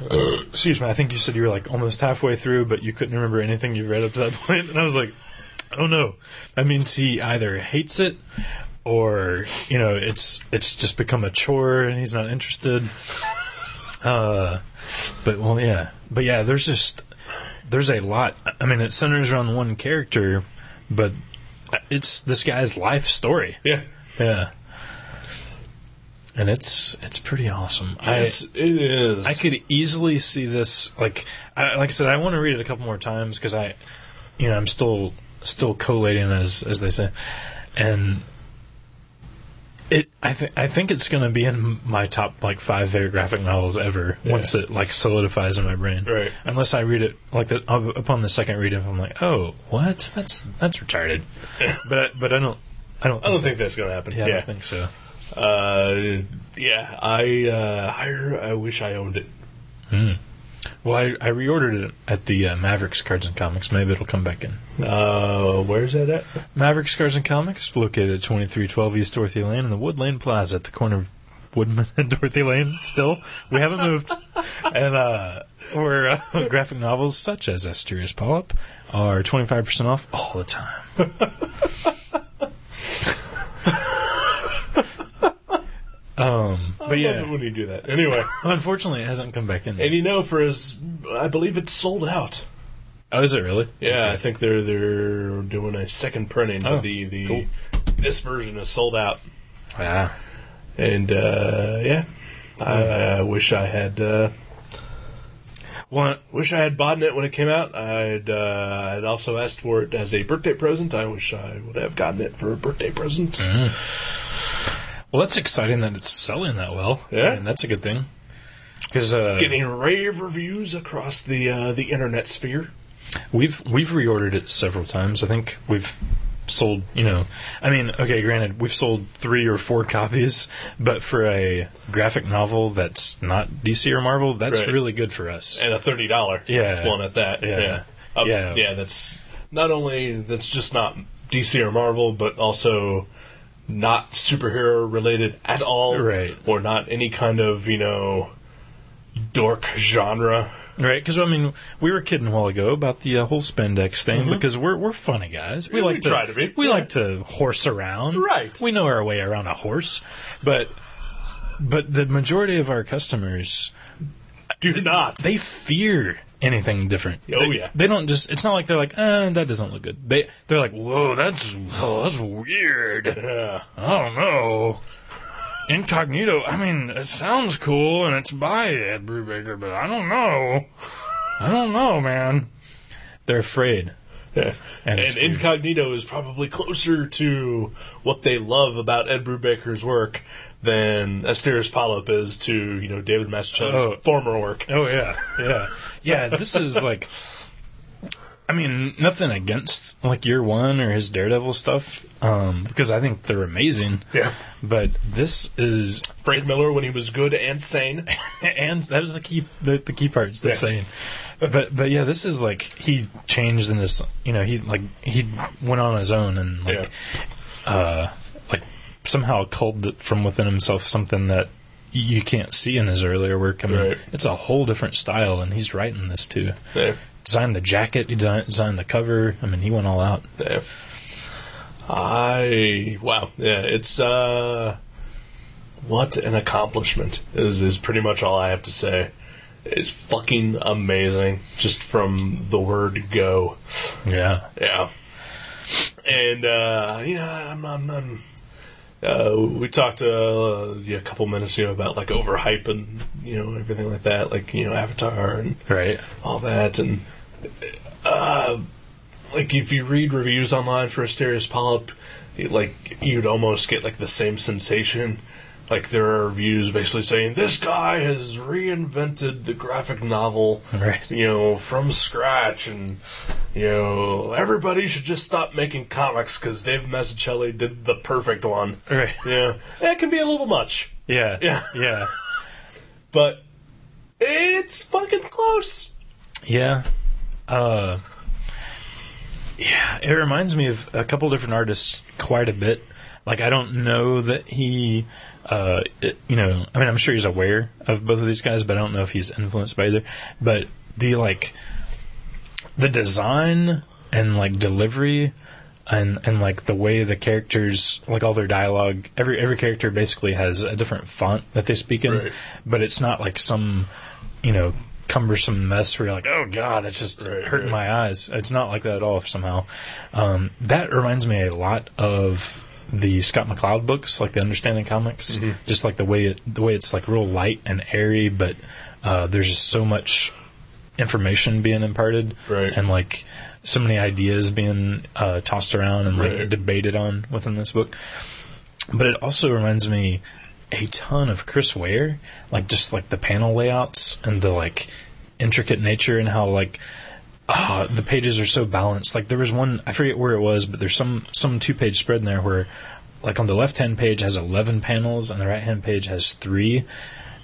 Speaker 2: uh, excuse me. I think you said you were like almost halfway through, but you couldn't remember anything you've read up to that *laughs* point. And I was like, "Oh no!" That means he either hates it, or you know, it's it's just become a chore, and he's not interested. Uh, but well, yeah, but yeah, there's just there's a lot. I mean, it centers around one character, but it's this guy's life story.
Speaker 1: Yeah.
Speaker 2: Yeah. And it's it's pretty awesome.
Speaker 1: Yes, it is.
Speaker 2: I I could easily see this like I, like I said I want to read it a couple more times because I you know I'm still still collating as as they say and it I think I think it's going to be in my top like 5 favorite graphic novels ever
Speaker 1: Yeah.
Speaker 2: once it like solidifies in my brain.
Speaker 1: Right.
Speaker 2: Unless I read it like the, up- upon the second read if I'm like, "Oh, what? That's that's retarded." but I, but I don't I don't
Speaker 1: I don't think that's gonna happen.
Speaker 2: yeah,
Speaker 1: Yeah,
Speaker 2: I don't think so.
Speaker 1: uh, yeah. I uh, I I wish I owned it.
Speaker 2: Well, I, I reordered it at the uh, Mavericks Cards and Comics. Maybe it'll come back in.
Speaker 1: Uh, where's that at?
Speaker 2: Mavericks Cards and Comics, located at 2312 East Dorothy Lane in the Wood Lane Plaza at the corner of Woodman *laughs* and Dorothy Lane. Still, we
Speaker 1: *laughs*
Speaker 2: haven't moved. and uh, where uh, *laughs* graphic novels such as Asterius Polyp are 25% off all
Speaker 1: *laughs*
Speaker 2: the time. um, but
Speaker 1: I love it
Speaker 2: yeah,
Speaker 1: when you do that.
Speaker 2: *laughs*
Speaker 1: Anyway,
Speaker 2: unfortunately, it hasn't come back in.
Speaker 1: and you know, for as I believe it's sold out.
Speaker 2: oh, is it really?
Speaker 1: Yeah,
Speaker 2: Okay.
Speaker 1: I think they're they're doing a second printing.
Speaker 2: Oh,
Speaker 1: but the the
Speaker 2: cool.
Speaker 1: this version is sold out,
Speaker 2: Ah.
Speaker 1: and uh, yeah, I, I wish I had uh,
Speaker 2: Well,
Speaker 1: wish I had bought it when it came out. I'd uh, I'd also asked for it as a birthday present. I wish I would have gotten it for a birthday present.
Speaker 2: Well, that's exciting that it's selling that well.
Speaker 1: Yeah.
Speaker 2: and that's a good thing. Because uh,
Speaker 1: Getting rave reviews across the uh, the internet sphere.
Speaker 2: we've we've reordered it several times. I think we've sold. You know, I mean, okay, granted, we've sold three or four *laughs* copies, but for a graphic novel that's not DC or Marvel, that's
Speaker 1: Right.
Speaker 2: really good for us.
Speaker 1: and a thirty dollar
Speaker 2: Yeah.
Speaker 1: one at that.
Speaker 2: Yeah.
Speaker 1: Yeah. Yeah. Up-
Speaker 2: Yeah.
Speaker 1: yeah, that's not only that's just not DC or Marvel, but also not superhero related at all.
Speaker 2: Right.
Speaker 1: Or not any kind of, you know dork genre.
Speaker 2: Right? Because I mean, we were kidding a while ago about the uh, whole spandex thing because we're we're funny guys.
Speaker 1: Mm-hmm.
Speaker 2: We
Speaker 1: Yeah,
Speaker 2: like
Speaker 1: we
Speaker 2: to
Speaker 1: try to be.
Speaker 2: We
Speaker 1: Yeah.
Speaker 2: like to horse around.
Speaker 1: Right.
Speaker 2: We know our way around a horse, but but the majority of our customers
Speaker 1: Do not.
Speaker 2: they fear anything different.
Speaker 1: Oh,
Speaker 2: They-
Speaker 1: yeah.
Speaker 2: They don't just. It's not like they're like, uh, that doesn't look good. They they're like, whoa, that's oh, that's weird.
Speaker 1: Yeah.
Speaker 2: I don't know. Incognito. I mean, it sounds cool and it's by Ed Brubaker, but I don't know. I don't know, man. They're afraid.
Speaker 1: Yeah. And,
Speaker 2: And it's weird.
Speaker 1: Incognito is probably closer to what they love about Ed Brubaker's work than Asterius Polyp is to, you know, David Mastichenko's
Speaker 2: Oh.
Speaker 1: former work.
Speaker 2: Oh yeah, yeah, yeah. This is like, I mean, nothing against like Year One or his Daredevil stuff, um, because I think they're amazing.
Speaker 1: Yeah.
Speaker 2: But this is,
Speaker 1: Frank Miller when he was good and
Speaker 2: *laughs*
Speaker 1: sane.
Speaker 2: and that was the key, the, the key part's the
Speaker 1: Yeah.
Speaker 2: same. But but yeah, this is like he changed in this. You know, he like he went on his own and like uh, like somehow culled th- from within himself something that y- you can't see in his earlier work. I mean,
Speaker 1: Right.
Speaker 2: it's a whole different style, and he's writing this too.
Speaker 1: Yeah.
Speaker 2: Designed the jacket, he designed, designed the cover. I mean, he went all out.
Speaker 1: Yeah. I wow. Yeah, it's uh what an accomplishment is is pretty much all I have to say. It's fucking amazing, just from the word go.
Speaker 2: Yeah.
Speaker 1: Yeah. And uh, you know, I'm, I'm, I'm uh, we talked uh, yeah, a couple minutes ago about like overhype and you know everything like that, like you know Avatar and
Speaker 2: Right.
Speaker 1: all that, and uh, like if you read reviews online for Asterius Polyp, it, like you'd almost get like the same sensation. Like there are reviews basically saying this guy has reinvented the graphic novel
Speaker 2: Right.
Speaker 1: you know, from scratch, and you know, everybody should just stop making comics because Dave Mazzucchelli did the perfect one.
Speaker 2: Right.
Speaker 1: Yeah, that can be a little much,
Speaker 2: Yeah. *laughs*
Speaker 1: Yeah.
Speaker 2: Yeah.
Speaker 1: but it's fucking close.
Speaker 2: Yeah. Uh, yeah, it reminds me of a couple different artists quite a bit. Like, I don't know that he, uh, it- you know, I mean, I'm sure he's aware of both of these guys, but I don't know if he's influenced by either. But the, like, the design and, like, delivery. And, and like the way the characters like all their dialogue every every character basically has a different font that they speak in
Speaker 1: Right.
Speaker 2: but it's not like some you know cumbersome mess where you're like oh god that's just
Speaker 1: Right,
Speaker 2: hurting
Speaker 1: right.
Speaker 2: my eyes it's not like that at all somehow um, that reminds me a lot of the Scott McCloud books like the understanding comics
Speaker 1: Mm-hmm.
Speaker 2: just like the way it the way it's like real light and airy but uh, there's just so much information being imparted
Speaker 1: Right.
Speaker 2: and like so many ideas being uh, tossed around and like
Speaker 1: Right.
Speaker 2: debated on within this book but it also reminds me a ton of Chris Ware, like just like the panel layouts and the like intricate nature and how like ah the pages are so balanced. Like there was one I forget where it was, but there's some some two page spread in there where like on the left hand page has eleven panels and the right hand page has three,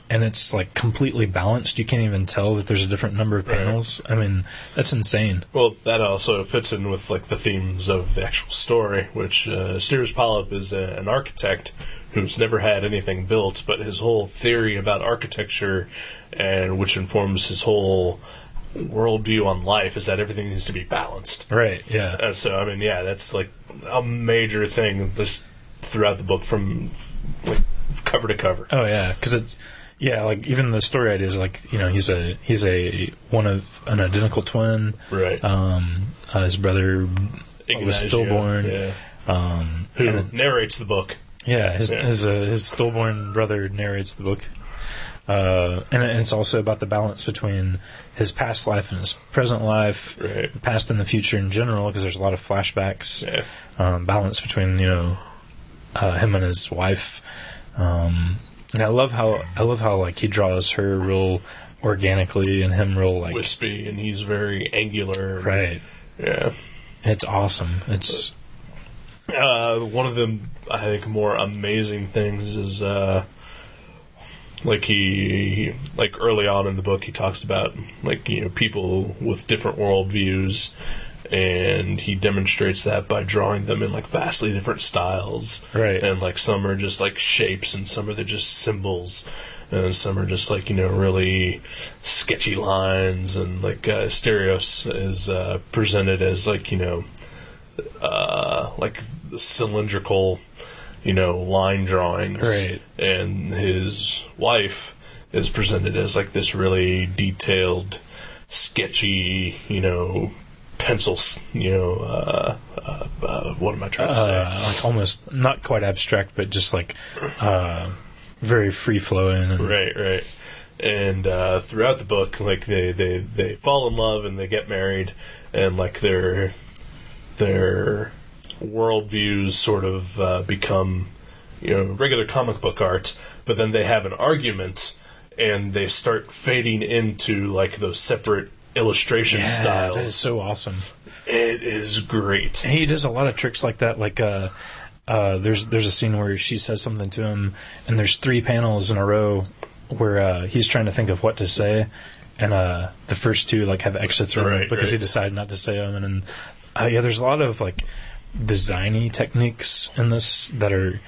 Speaker 2: and it's like completely balanced. You can't even tell that there's a different number of
Speaker 1: Right.
Speaker 2: panels. I mean that's insane.
Speaker 1: Well, that also fits in with like the themes of the actual story, which uh, Sears Polyp is a, an architect who's never had anything built, but his whole theory about architecture and which informs his whole worldview on life is that everything needs to be balanced.
Speaker 2: Right? Yeah.
Speaker 1: Uh, so I mean, yeah, that's like a major thing just throughout the book from like cover to cover.
Speaker 2: Oh yeah, because it's yeah, like even the story idea is like you know he's a he's a one of an identical twin.
Speaker 1: Right.
Speaker 2: Um, uh, his brother was
Speaker 1: Ignacio,
Speaker 2: stillborn.
Speaker 1: Yeah.
Speaker 2: Um,
Speaker 1: Who
Speaker 2: and then-
Speaker 1: narrates the book?
Speaker 2: yeah, his
Speaker 1: Yeah.
Speaker 2: his uh, his stillborn brother narrates the book. Uh, and it- it's also about the balance between his past life and his present life,
Speaker 1: Right.
Speaker 2: the past and the future in general, because there's a lot of flashbacks.
Speaker 1: Yeah.
Speaker 2: Um, balance between you know uh, him and his wife, um, and I love how I love how like he draws her real organically and him real like
Speaker 1: Wispy, and he's very angular.
Speaker 2: right.
Speaker 1: Yeah.
Speaker 2: It's awesome. It's
Speaker 1: Uh, one of the I think more amazing things is uh, like he, he like early on in the book he talks about like you know people with different worldviews and he demonstrates that by drawing them in like vastly different styles
Speaker 2: Right.
Speaker 1: and like some are just like shapes and some are they're just symbols and some are just like you know really sketchy lines and like uh, stereos is uh, presented as like you know uh, like cylindrical, you know, line drawings.
Speaker 2: Right.
Speaker 1: And his wife is presented as like this really detailed, sketchy, you know, pencils, you know, uh, uh, uh, what am I trying to say?
Speaker 2: uh, like almost not quite abstract, but just like uh, very free flowing. And,
Speaker 1: Right, right. And uh, throughout the book, like they, they, they fall in love and they get married, and like their their worldviews sort of uh, become you know regular comic book art. But then they have an argument, and they start fading into like those separate illustration
Speaker 2: Yeah,
Speaker 1: styles.
Speaker 2: that is so awesome.
Speaker 1: it is great.
Speaker 2: And he does a lot of tricks like that. Like uh, uh, there's there's a scene where she says something to him, and there's three panels in a row where uh, he's trying to think of what to say, and uh, the first two like have exits through
Speaker 1: Right,
Speaker 2: because he
Speaker 1: right.
Speaker 2: decided not to say them. And then uh, yeah, there's a lot of like designy techniques in this that are.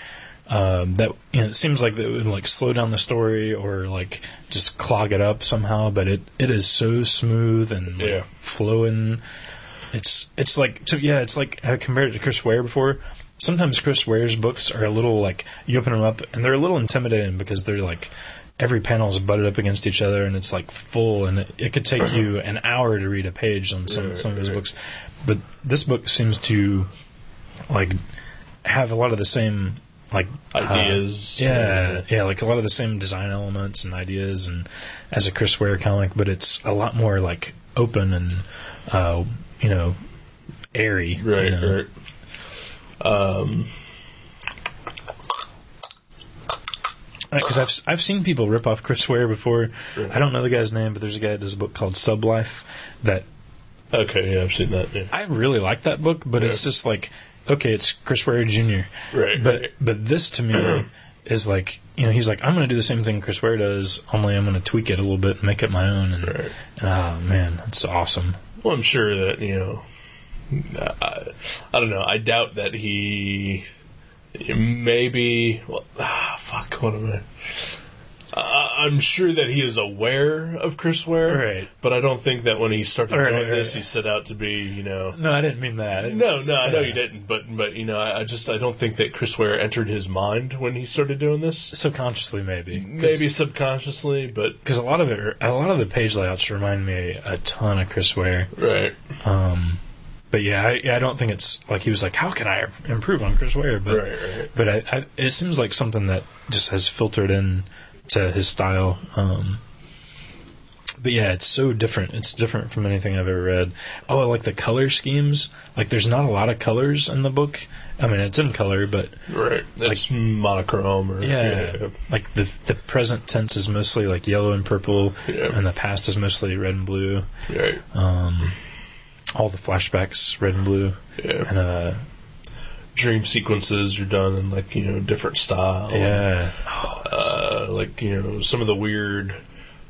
Speaker 2: Um, that you know, it seems like it would like slow down the story or like just clog it up somehow, but it, it is so smooth and like,
Speaker 1: Yeah.
Speaker 2: flowing. It's it's like so yeah, it's like I compared it to uh, Chris Ware before. sometimes Chris Ware's books are a little like you open them up and they're a little intimidating because they're like every panel is butted up against each other and it's like full and it, it could take you an hour to read a page on some
Speaker 1: Right,
Speaker 2: some of his
Speaker 1: right.
Speaker 2: books, but this book seems to like have a lot of the same like uh,
Speaker 1: Ideas.
Speaker 2: yeah, yeah, like a lot of the same design elements and ideas, and as a Chris Ware comic, but it's a lot more like open and uh, you know airy. you
Speaker 1: Right,
Speaker 2: know.
Speaker 1: right. Um,
Speaker 2: Because Uh, I've s- I've seen people rip off Chris Ware before.
Speaker 1: Right.
Speaker 2: I don't know the guy's name, but there's a guy that does a book called Sublife that
Speaker 1: okay, yeah, I've seen that. Yeah.
Speaker 2: I really like that book, but
Speaker 1: Yeah.
Speaker 2: it's just like okay, it's Chris Ware Jr.
Speaker 1: Right,
Speaker 2: But
Speaker 1: right.
Speaker 2: but this
Speaker 1: *clears throat*
Speaker 2: to me is like you know he's like I'm going to do the same thing Chris Ware does, only I'm going to tweak it a little bit and make it my own. And
Speaker 1: Right.
Speaker 2: oh man, that's awesome.
Speaker 1: Well, I'm sure that you know. I, I don't know. I doubt that he. Maybe. Well, *sighs* ah, fuck. What am I? I- I'm sure that he is aware of Chris Ware,
Speaker 2: Right.
Speaker 1: but I don't think that when he started
Speaker 2: Right,
Speaker 1: doing
Speaker 2: right,
Speaker 1: this,
Speaker 2: right.
Speaker 1: he set out to be, you know.
Speaker 2: No, I didn't mean that.
Speaker 1: No, no, I know
Speaker 2: Yeah.
Speaker 1: you didn't, but but you know, I, I just I don't think that Chris Ware entered his mind when he started doing this.
Speaker 2: subconsciously maybe
Speaker 1: Maybe subconsciously, but
Speaker 2: because a lot of it, a lot of the page layouts remind me a ton of Chris Ware.
Speaker 1: right,
Speaker 2: Um, but yeah, I, I don't think it's like he was like, how can I improve on Chris Ware? But
Speaker 1: right, right.
Speaker 2: but I, I, it seems like something that just has filtered in to his style. Um, but yeah, it's so different. It's different from anything I've ever read. Oh, I like the color schemes. Like, there's not a lot of colors in the book. I mean, it's in color, but
Speaker 1: Right. It's monochrome or
Speaker 2: yeah, like the the present tense is mostly like yellow and purple,
Speaker 1: Yeah.
Speaker 2: and the past is mostly red and blue.
Speaker 1: yeah, right.
Speaker 2: Um, all the flashbacks, red and blue,
Speaker 1: Yeah.
Speaker 2: and uh,
Speaker 1: Dream sequences are done in like, you know, different style.
Speaker 2: yeah,
Speaker 1: Uh, like, you know, some of the weird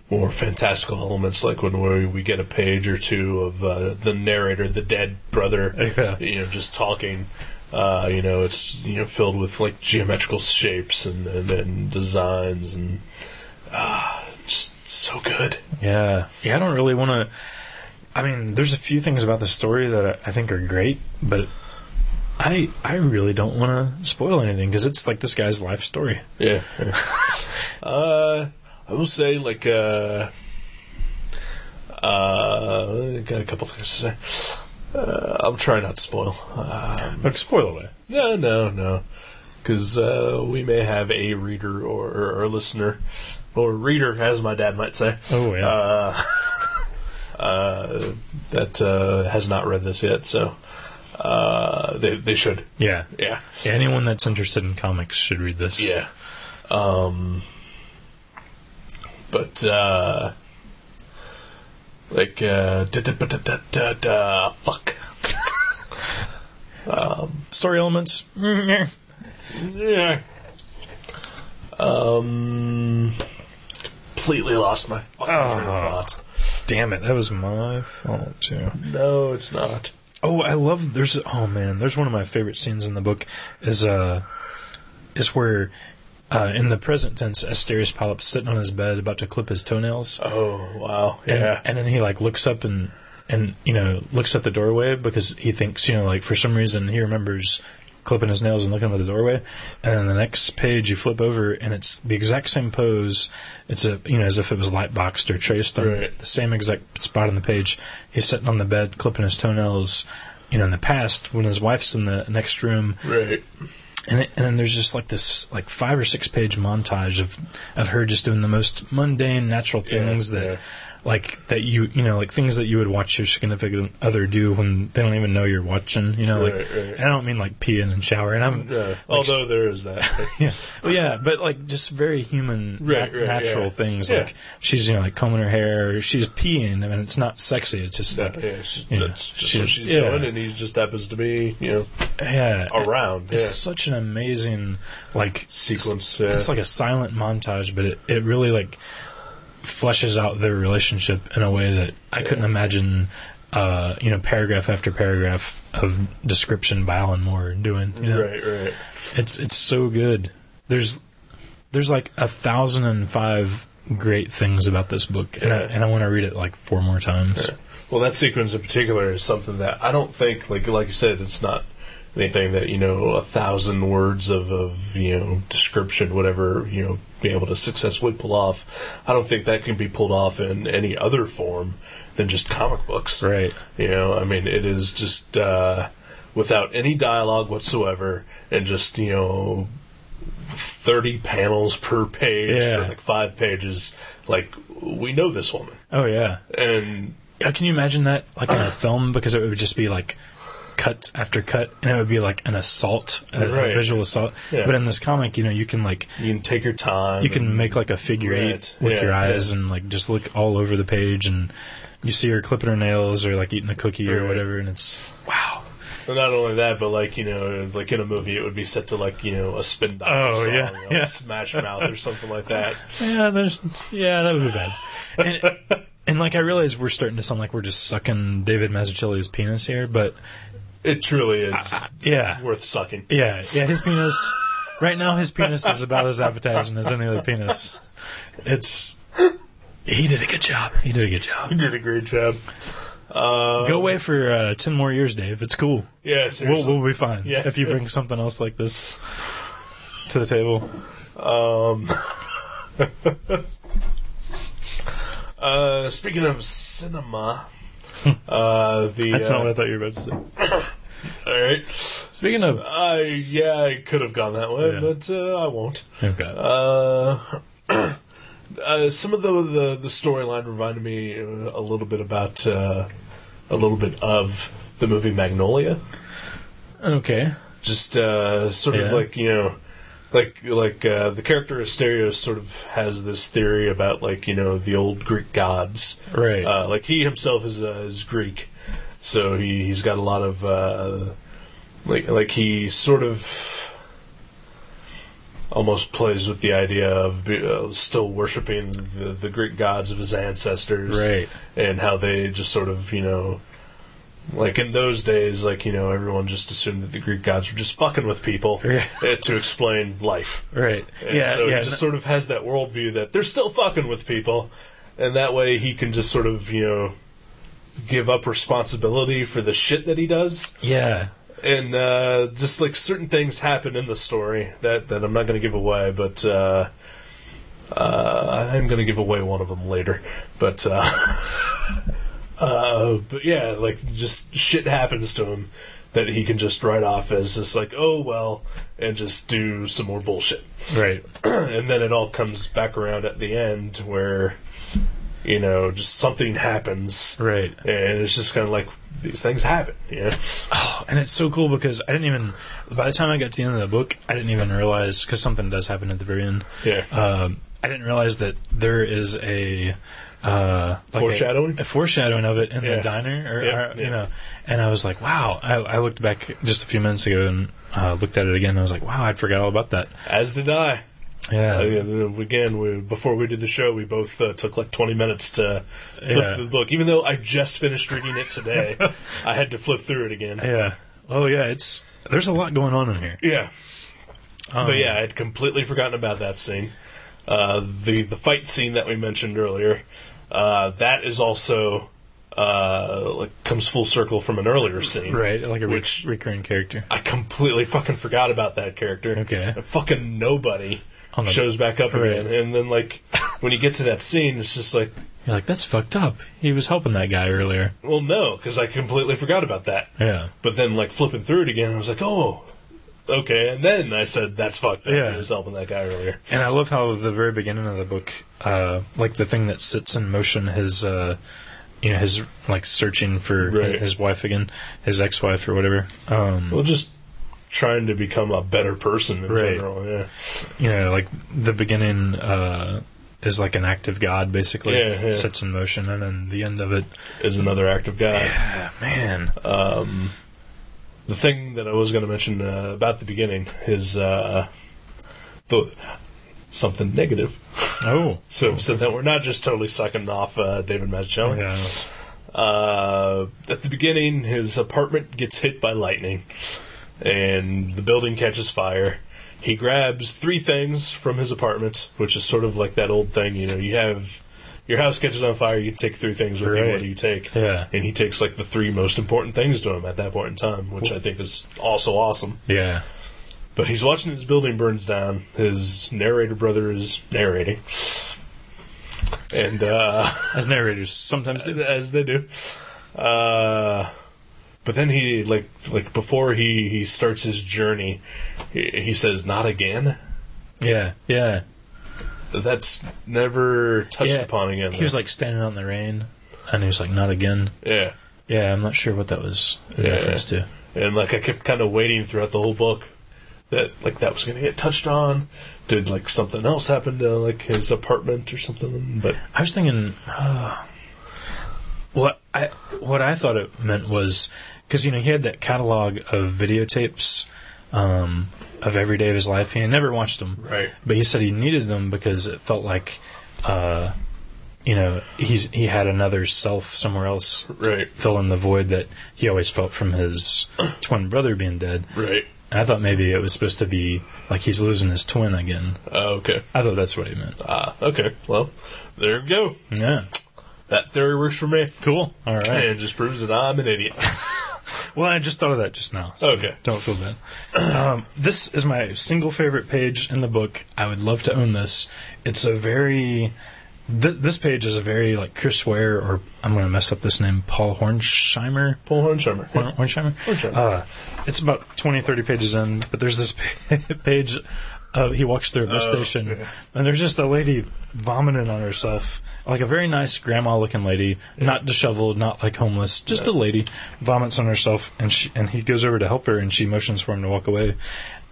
Speaker 1: more fantastical elements like when we, we get a page or two of uh, the narrator, the dead brother,
Speaker 2: Yeah.
Speaker 1: you know, just talking. Uh, you know, it's you know filled with like geometrical shapes and, and, and designs and uh, just so good.
Speaker 2: yeah, yeah. I don't really want to. I mean, there's a few things about the story that I, I think are great, but I I really don't want to spoil anything because it's like this guy's life story.
Speaker 1: Yeah. *laughs* uh, I will say, like, uh, uh, got a couple things to say. Uh, I'll try not to spoil. Um,
Speaker 2: Like spoil away.
Speaker 1: no, no, no. Because uh, we may have a reader or, or, or listener, or reader, as my dad might say.
Speaker 2: Oh, yeah.
Speaker 1: Uh, *laughs* uh, that uh, has not read this yet, so uh, they, they should.
Speaker 2: Yeah.
Speaker 1: Yeah.
Speaker 2: Anyone that's interested in comics should read this.
Speaker 1: Yeah. Um, but, uh, like, uh, da, da, da, da, da, da, fuck. *laughs*
Speaker 2: Story elements. Yeah.
Speaker 1: Yeah. Um, completely lost my fucking train of
Speaker 2: Oh.
Speaker 1: thought.
Speaker 2: Damn it, that was my fault too.
Speaker 1: No, it's not.
Speaker 2: Oh, I love there's oh man, there's one of my favorite scenes in the book is uh is where uh, in the present tense Asterius Polyp's sitting on his bed about to clip his toenails.
Speaker 1: Oh, wow.
Speaker 2: And,
Speaker 1: Yeah.
Speaker 2: and then he like looks up and and you know, looks at the doorway because he thinks, you know, like for some reason he remembers clipping his nails and looking up at the doorway. And then the next page you flip over and it's the exact same pose. It's a you know, as if it was light boxed or traced on
Speaker 1: Right.
Speaker 2: the same exact spot on the page. He's sitting on the bed clipping his toenails. You know, in the past, when his wife's in the next room,
Speaker 1: right.
Speaker 2: and, it, and then there's just like this like five or six page montage of of her just doing the most mundane natural
Speaker 1: Yeah,
Speaker 2: things that
Speaker 1: yeah.
Speaker 2: like that you you know like things that you would watch your significant other do when they don't even know you're watching you know like
Speaker 1: Right, right.
Speaker 2: and I don't mean like peeing and showering I'm
Speaker 1: *laughs* Yeah.
Speaker 2: like,
Speaker 1: Although there is that.
Speaker 2: *laughs* yeah, well, yeah, but like just very human,
Speaker 1: Right,
Speaker 2: nat-
Speaker 1: right,
Speaker 2: natural
Speaker 1: yeah.
Speaker 2: things.
Speaker 1: Yeah.
Speaker 2: Like she's you know like combing her hair, or she's peeing, I mean it's not sexy. It's just
Speaker 1: That-
Speaker 2: like
Speaker 1: yeah, she-
Speaker 2: Yeah.
Speaker 1: That's just
Speaker 2: She-
Speaker 1: what she's
Speaker 2: yeah.
Speaker 1: doing, and he just happens to be, you know,
Speaker 2: yeah,
Speaker 1: around.
Speaker 2: It's
Speaker 1: yeah.
Speaker 2: such an amazing like
Speaker 1: Sequence,
Speaker 2: It's,
Speaker 1: yeah.
Speaker 2: it's like a silent montage, but it, it really like fleshes out their relationship in a way that I couldn't imagine. Uh, you know, paragraph after paragraph of description by Alan Moore doing. You know?
Speaker 1: Right, right.
Speaker 2: It's it's so good. There's there's like a thousand and five great things about this book, and I,
Speaker 1: Yeah.
Speaker 2: and I want to read it like four more times.
Speaker 1: Well, that sequence in particular is something that I don't think, like like you said, it's not anything that you know a thousand words of, of you know description, whatever you know, be able to successfully pull off. I don't think that can be pulled off in any other form than just comic books.
Speaker 2: Right.
Speaker 1: You know, I mean, it is just uh, without any dialogue whatsoever, and just you know, thirty panels per page
Speaker 2: Yeah.
Speaker 1: for like five pages. Like we know this woman,
Speaker 2: Oh yeah.
Speaker 1: and
Speaker 2: Yeah, Can you imagine that like in *clears throat* a film? Because it would just be like cut after cut, and it would be like an assault, a, a
Speaker 1: Right.
Speaker 2: visual assault.
Speaker 1: Yeah.
Speaker 2: But in this comic, you know, you can like
Speaker 1: you can take your time.
Speaker 2: you can
Speaker 1: and-
Speaker 2: make like a figure
Speaker 1: Right.
Speaker 2: eight with
Speaker 1: Yeah,
Speaker 2: your
Speaker 1: yeah.
Speaker 2: eyes and like just look all over the page, and you see her clipping her nails or like eating a cookie or
Speaker 1: Right.
Speaker 2: whatever, and it's wow.
Speaker 1: Well, not only that, but like you know, like in a movie, it would be set to like you know a spin doctor
Speaker 2: Oh,
Speaker 1: song,
Speaker 2: yeah,
Speaker 1: you know,
Speaker 2: yeah.
Speaker 1: Smash Mouth or something like that.
Speaker 2: Yeah, there's yeah, that would be bad. *laughs* And, and like I realize we're starting to sound like we're just sucking David Mazzucchelli's penis here, but
Speaker 1: It truly is
Speaker 2: yeah,
Speaker 1: worth sucking.
Speaker 2: Yeah, yeah, his penis. Right now, his penis is about as appetizing as any other penis. It's. He did a good job. He did a good job.
Speaker 1: You did a great job. Uh,
Speaker 2: Go away for uh, ten more years, Dave. It's cool.
Speaker 1: yeah,
Speaker 2: We'll,
Speaker 1: seriously.
Speaker 2: we'll be fine
Speaker 1: Yeah.
Speaker 2: if you bring something else like this to the table.
Speaker 1: Uh, speaking of
Speaker 2: *laughs*
Speaker 1: cinema, uh, the
Speaker 2: That's
Speaker 1: uh,
Speaker 2: not what I thought you were about to say. Uh,
Speaker 1: all right.
Speaker 2: Speaking of,
Speaker 1: I yeah, I could have gone that way,
Speaker 2: Yeah.
Speaker 1: but uh, I won't.
Speaker 2: okay,
Speaker 1: Uh, *clears throat* uh, some of the the, the storyline reminded me uh, a little bit about uh, a little bit of the movie Magnolia.
Speaker 2: okay,
Speaker 1: Just uh, sort of
Speaker 2: Yeah.
Speaker 1: like you know, like like uh, the character Asterios sort of has this theory about like you know the old Greek gods.
Speaker 2: right,
Speaker 1: Uh, like he himself is uh, is Greek, so he he's got a lot of uh, like like he sort of almost plays with the idea of be, uh, still worshiping the, the Greek gods of his ancestors,
Speaker 2: right,
Speaker 1: And how they just sort of you know. Like in those days, like you know, everyone just assumed that the Greek gods were just fucking with people
Speaker 2: Yeah.
Speaker 1: uh, *laughs* to explain life.
Speaker 2: right.
Speaker 1: And
Speaker 2: Yeah,
Speaker 1: so
Speaker 2: yeah.
Speaker 1: he just sort of has that worldview that they're still fucking with people, and that way he can just sort of you know give up responsibility for the shit that he does.
Speaker 2: yeah.
Speaker 1: And uh, just like certain things happen in the story that that I'm not going to give away, but. Uh, uh, I'm going to give away one of them later, but uh, *laughs* uh, but yeah, like just shit happens to him that he can just write off as just like oh well, and just do some more bullshit
Speaker 2: right,
Speaker 1: *clears throat* and then it all comes back around at the end where you know just something happens
Speaker 2: right. *sighs*
Speaker 1: and it's just kind of like these things happen you know *laughs*
Speaker 2: Oh, and it's so cool because I didn't even. By the time I got to the end of the book, I didn't even realize because something does happen at the very end.
Speaker 1: yeah
Speaker 2: Um, I didn't realize that there is a uh, like a-
Speaker 1: Foreshadowing?
Speaker 2: a, foreshadowing of it in
Speaker 1: Yeah.
Speaker 2: the diner, or,
Speaker 1: Yeah, yeah.
Speaker 2: or, you know. And I was like, wow. I, I looked back just a few minutes ago and uh, looked at it again. and I was like, wow, I'd forgot all about that.
Speaker 1: as did i
Speaker 2: Yeah,
Speaker 1: Uh, yeah, the- again we, before we did the show we both uh, took like 20 minutes to flip
Speaker 2: Yeah.
Speaker 1: through the book even though i just finished reading it today *laughs* i had to flip through it again
Speaker 2: yeah. Oh yeah, it's there's a lot going on in here.
Speaker 1: yeah
Speaker 2: Um,
Speaker 1: but yeah i had completely forgotten about that scene uh, the the fight scene that we mentioned earlier uh, that is also uh, like comes full circle from an earlier scene
Speaker 2: right, like a re-
Speaker 1: Which-
Speaker 2: recurring character.
Speaker 1: I completely fucking forgot about that character.
Speaker 2: Okay.
Speaker 1: And fucking nobody
Speaker 2: On the-
Speaker 1: shows back up
Speaker 2: Right.
Speaker 1: again. And then, like, when you get to that scene, it's just like,
Speaker 2: You're like, that's fucked up. He was helping that guy earlier.
Speaker 1: well, no, because I completely forgot about that.
Speaker 2: Yeah,
Speaker 1: But then, like, flipping through it again, I was like, oh, okay. And then I said, that's fucked up.
Speaker 2: Yeah.
Speaker 1: He was helping that guy earlier.
Speaker 2: And I love how the very beginning of the book, uh, like the thing that sits in motion, his, uh, you know, his like searching for
Speaker 1: Right.
Speaker 2: his, his wife again, his ex-wife or whatever. Um,
Speaker 1: Well, just trying to become a better person in
Speaker 2: Right.
Speaker 1: general. Yeah.
Speaker 2: you know, like the beginning uh, is like an act of God, basically
Speaker 1: Yeah, yeah.
Speaker 2: sits in motion, and then the end of it.
Speaker 1: Is another active guy.
Speaker 2: Yeah, man.
Speaker 1: um, the thing that I was going to mention uh, about the beginning is uh, the, something negative.
Speaker 2: Oh,
Speaker 1: So, so that we're not just totally sucking off uh, David Mazzucchelli.
Speaker 2: yeah.
Speaker 1: Uh, at the beginning, his apartment gets hit by lightning, and the building catches fire. He grabs three things from his apartment, which is sort of like that old thing, you know. You have your house catches on fire, you take three things with you.
Speaker 2: Right.
Speaker 1: What do you take?
Speaker 2: Yeah.
Speaker 1: And he takes like the three most important things to him at that point in time, which I think is also awesome.
Speaker 2: Yeah.
Speaker 1: But he's watching his building burns down. His narrator brother is narrating. And uh
Speaker 2: As narrators sometimes do.
Speaker 1: *laughs* as they do. Uh but then he like like before he he starts his journey, he, he says not again.
Speaker 2: Yeah. Yeah.
Speaker 1: That's never touched
Speaker 2: Yeah.
Speaker 1: upon again.
Speaker 2: He was like standing out in the rain, and he was like, "Not again."
Speaker 1: yeah.
Speaker 2: Yeah, I'm not sure what that was in
Speaker 1: Yeah.
Speaker 2: reference to.
Speaker 1: and like I kept kind of waiting throughout the whole book that like that was going to get touched on. Did like something else happen to like his apartment or something? But
Speaker 2: I was thinking, uh, what I what I thought it meant was because you know he had that catalog of videotapes um, of every day of his life. He had never watched them,
Speaker 1: Right.
Speaker 2: But he said he needed them because it felt like, uh, you know, he's he had another self somewhere else
Speaker 1: right,
Speaker 2: fill in the void that he always felt from his twin brother being dead.
Speaker 1: right,
Speaker 2: And I thought maybe it was supposed to be like he's losing his twin again.
Speaker 1: uh, okay,
Speaker 2: I thought that's what he meant.
Speaker 1: ah, okay. Well, there we go.
Speaker 2: Yeah.
Speaker 1: That theory works for me,
Speaker 2: Cool. All right.
Speaker 1: and it just proves that I'm an idiot.
Speaker 2: Well, I just thought of that just now.
Speaker 1: Okay.
Speaker 2: Don't feel bad. Um, this is my single favorite page in the book. I would love to own this. It's a very. Th- this page is a very, like, Chris Ware, or I'm going to mess up this name, Paul Hornsheimer.
Speaker 1: Paul Hornsheimer.
Speaker 2: Horn- Hornsheimer?
Speaker 1: Hornsheimer.
Speaker 2: Uh, it's about 20, 30 pages in, but there's this *laughs* pa- page. Of, he walks through a bus
Speaker 1: Oh,
Speaker 2: station,
Speaker 1: yeah.
Speaker 2: and there's just a lady vomiting on herself, like a very nice grandma-looking lady, not disheveled, not like homeless, just a lady vomits on herself, and she and he goes over to help her, and she motions for him to walk away,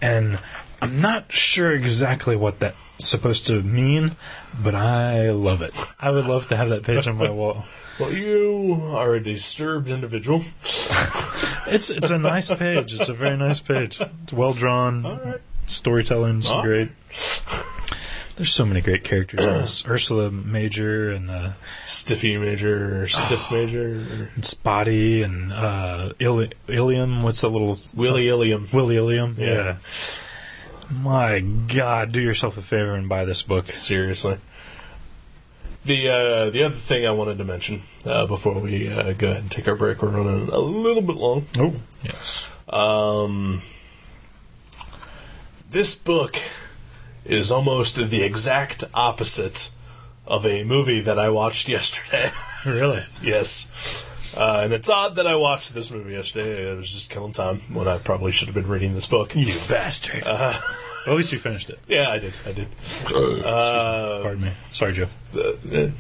Speaker 2: and I'm not sure exactly what that's supposed to mean, but I love it. I would love to have that page on my wall.
Speaker 1: Well, you are a disturbed individual.
Speaker 2: It's it's a nice page. It's a very nice page. It's well drawn.
Speaker 1: All right.
Speaker 2: Storytelling's
Speaker 1: All
Speaker 2: great. There's so many great characters. in *clears throat* this. Ursula Major and, uh,
Speaker 1: Stiffy major or stiff major. Or
Speaker 2: and Spotty and uh, Ili- Ilium. What's the little
Speaker 1: Willy Ilium.
Speaker 2: Willie Ilium?
Speaker 1: Yeah.
Speaker 2: My God, do yourself a favor and buy this book.
Speaker 1: Seriously. The uh, the other thing I wanted to mention uh, before we uh, go ahead and take our break, we're running a little bit long.
Speaker 2: Oh yes.
Speaker 1: Um, this book is almost the exact opposite of a movie that I watched yesterday.
Speaker 2: Really?
Speaker 1: yes. Uh, and it's odd that I watched this movie yesterday. It was just killing time when I probably should have been reading this book. *laughs*
Speaker 2: You Uh-huh. bastard. At least you finished it.
Speaker 1: Yeah, I did. I did. Uh,
Speaker 2: Pardon Oh, me. Sorry, Joe.
Speaker 1: the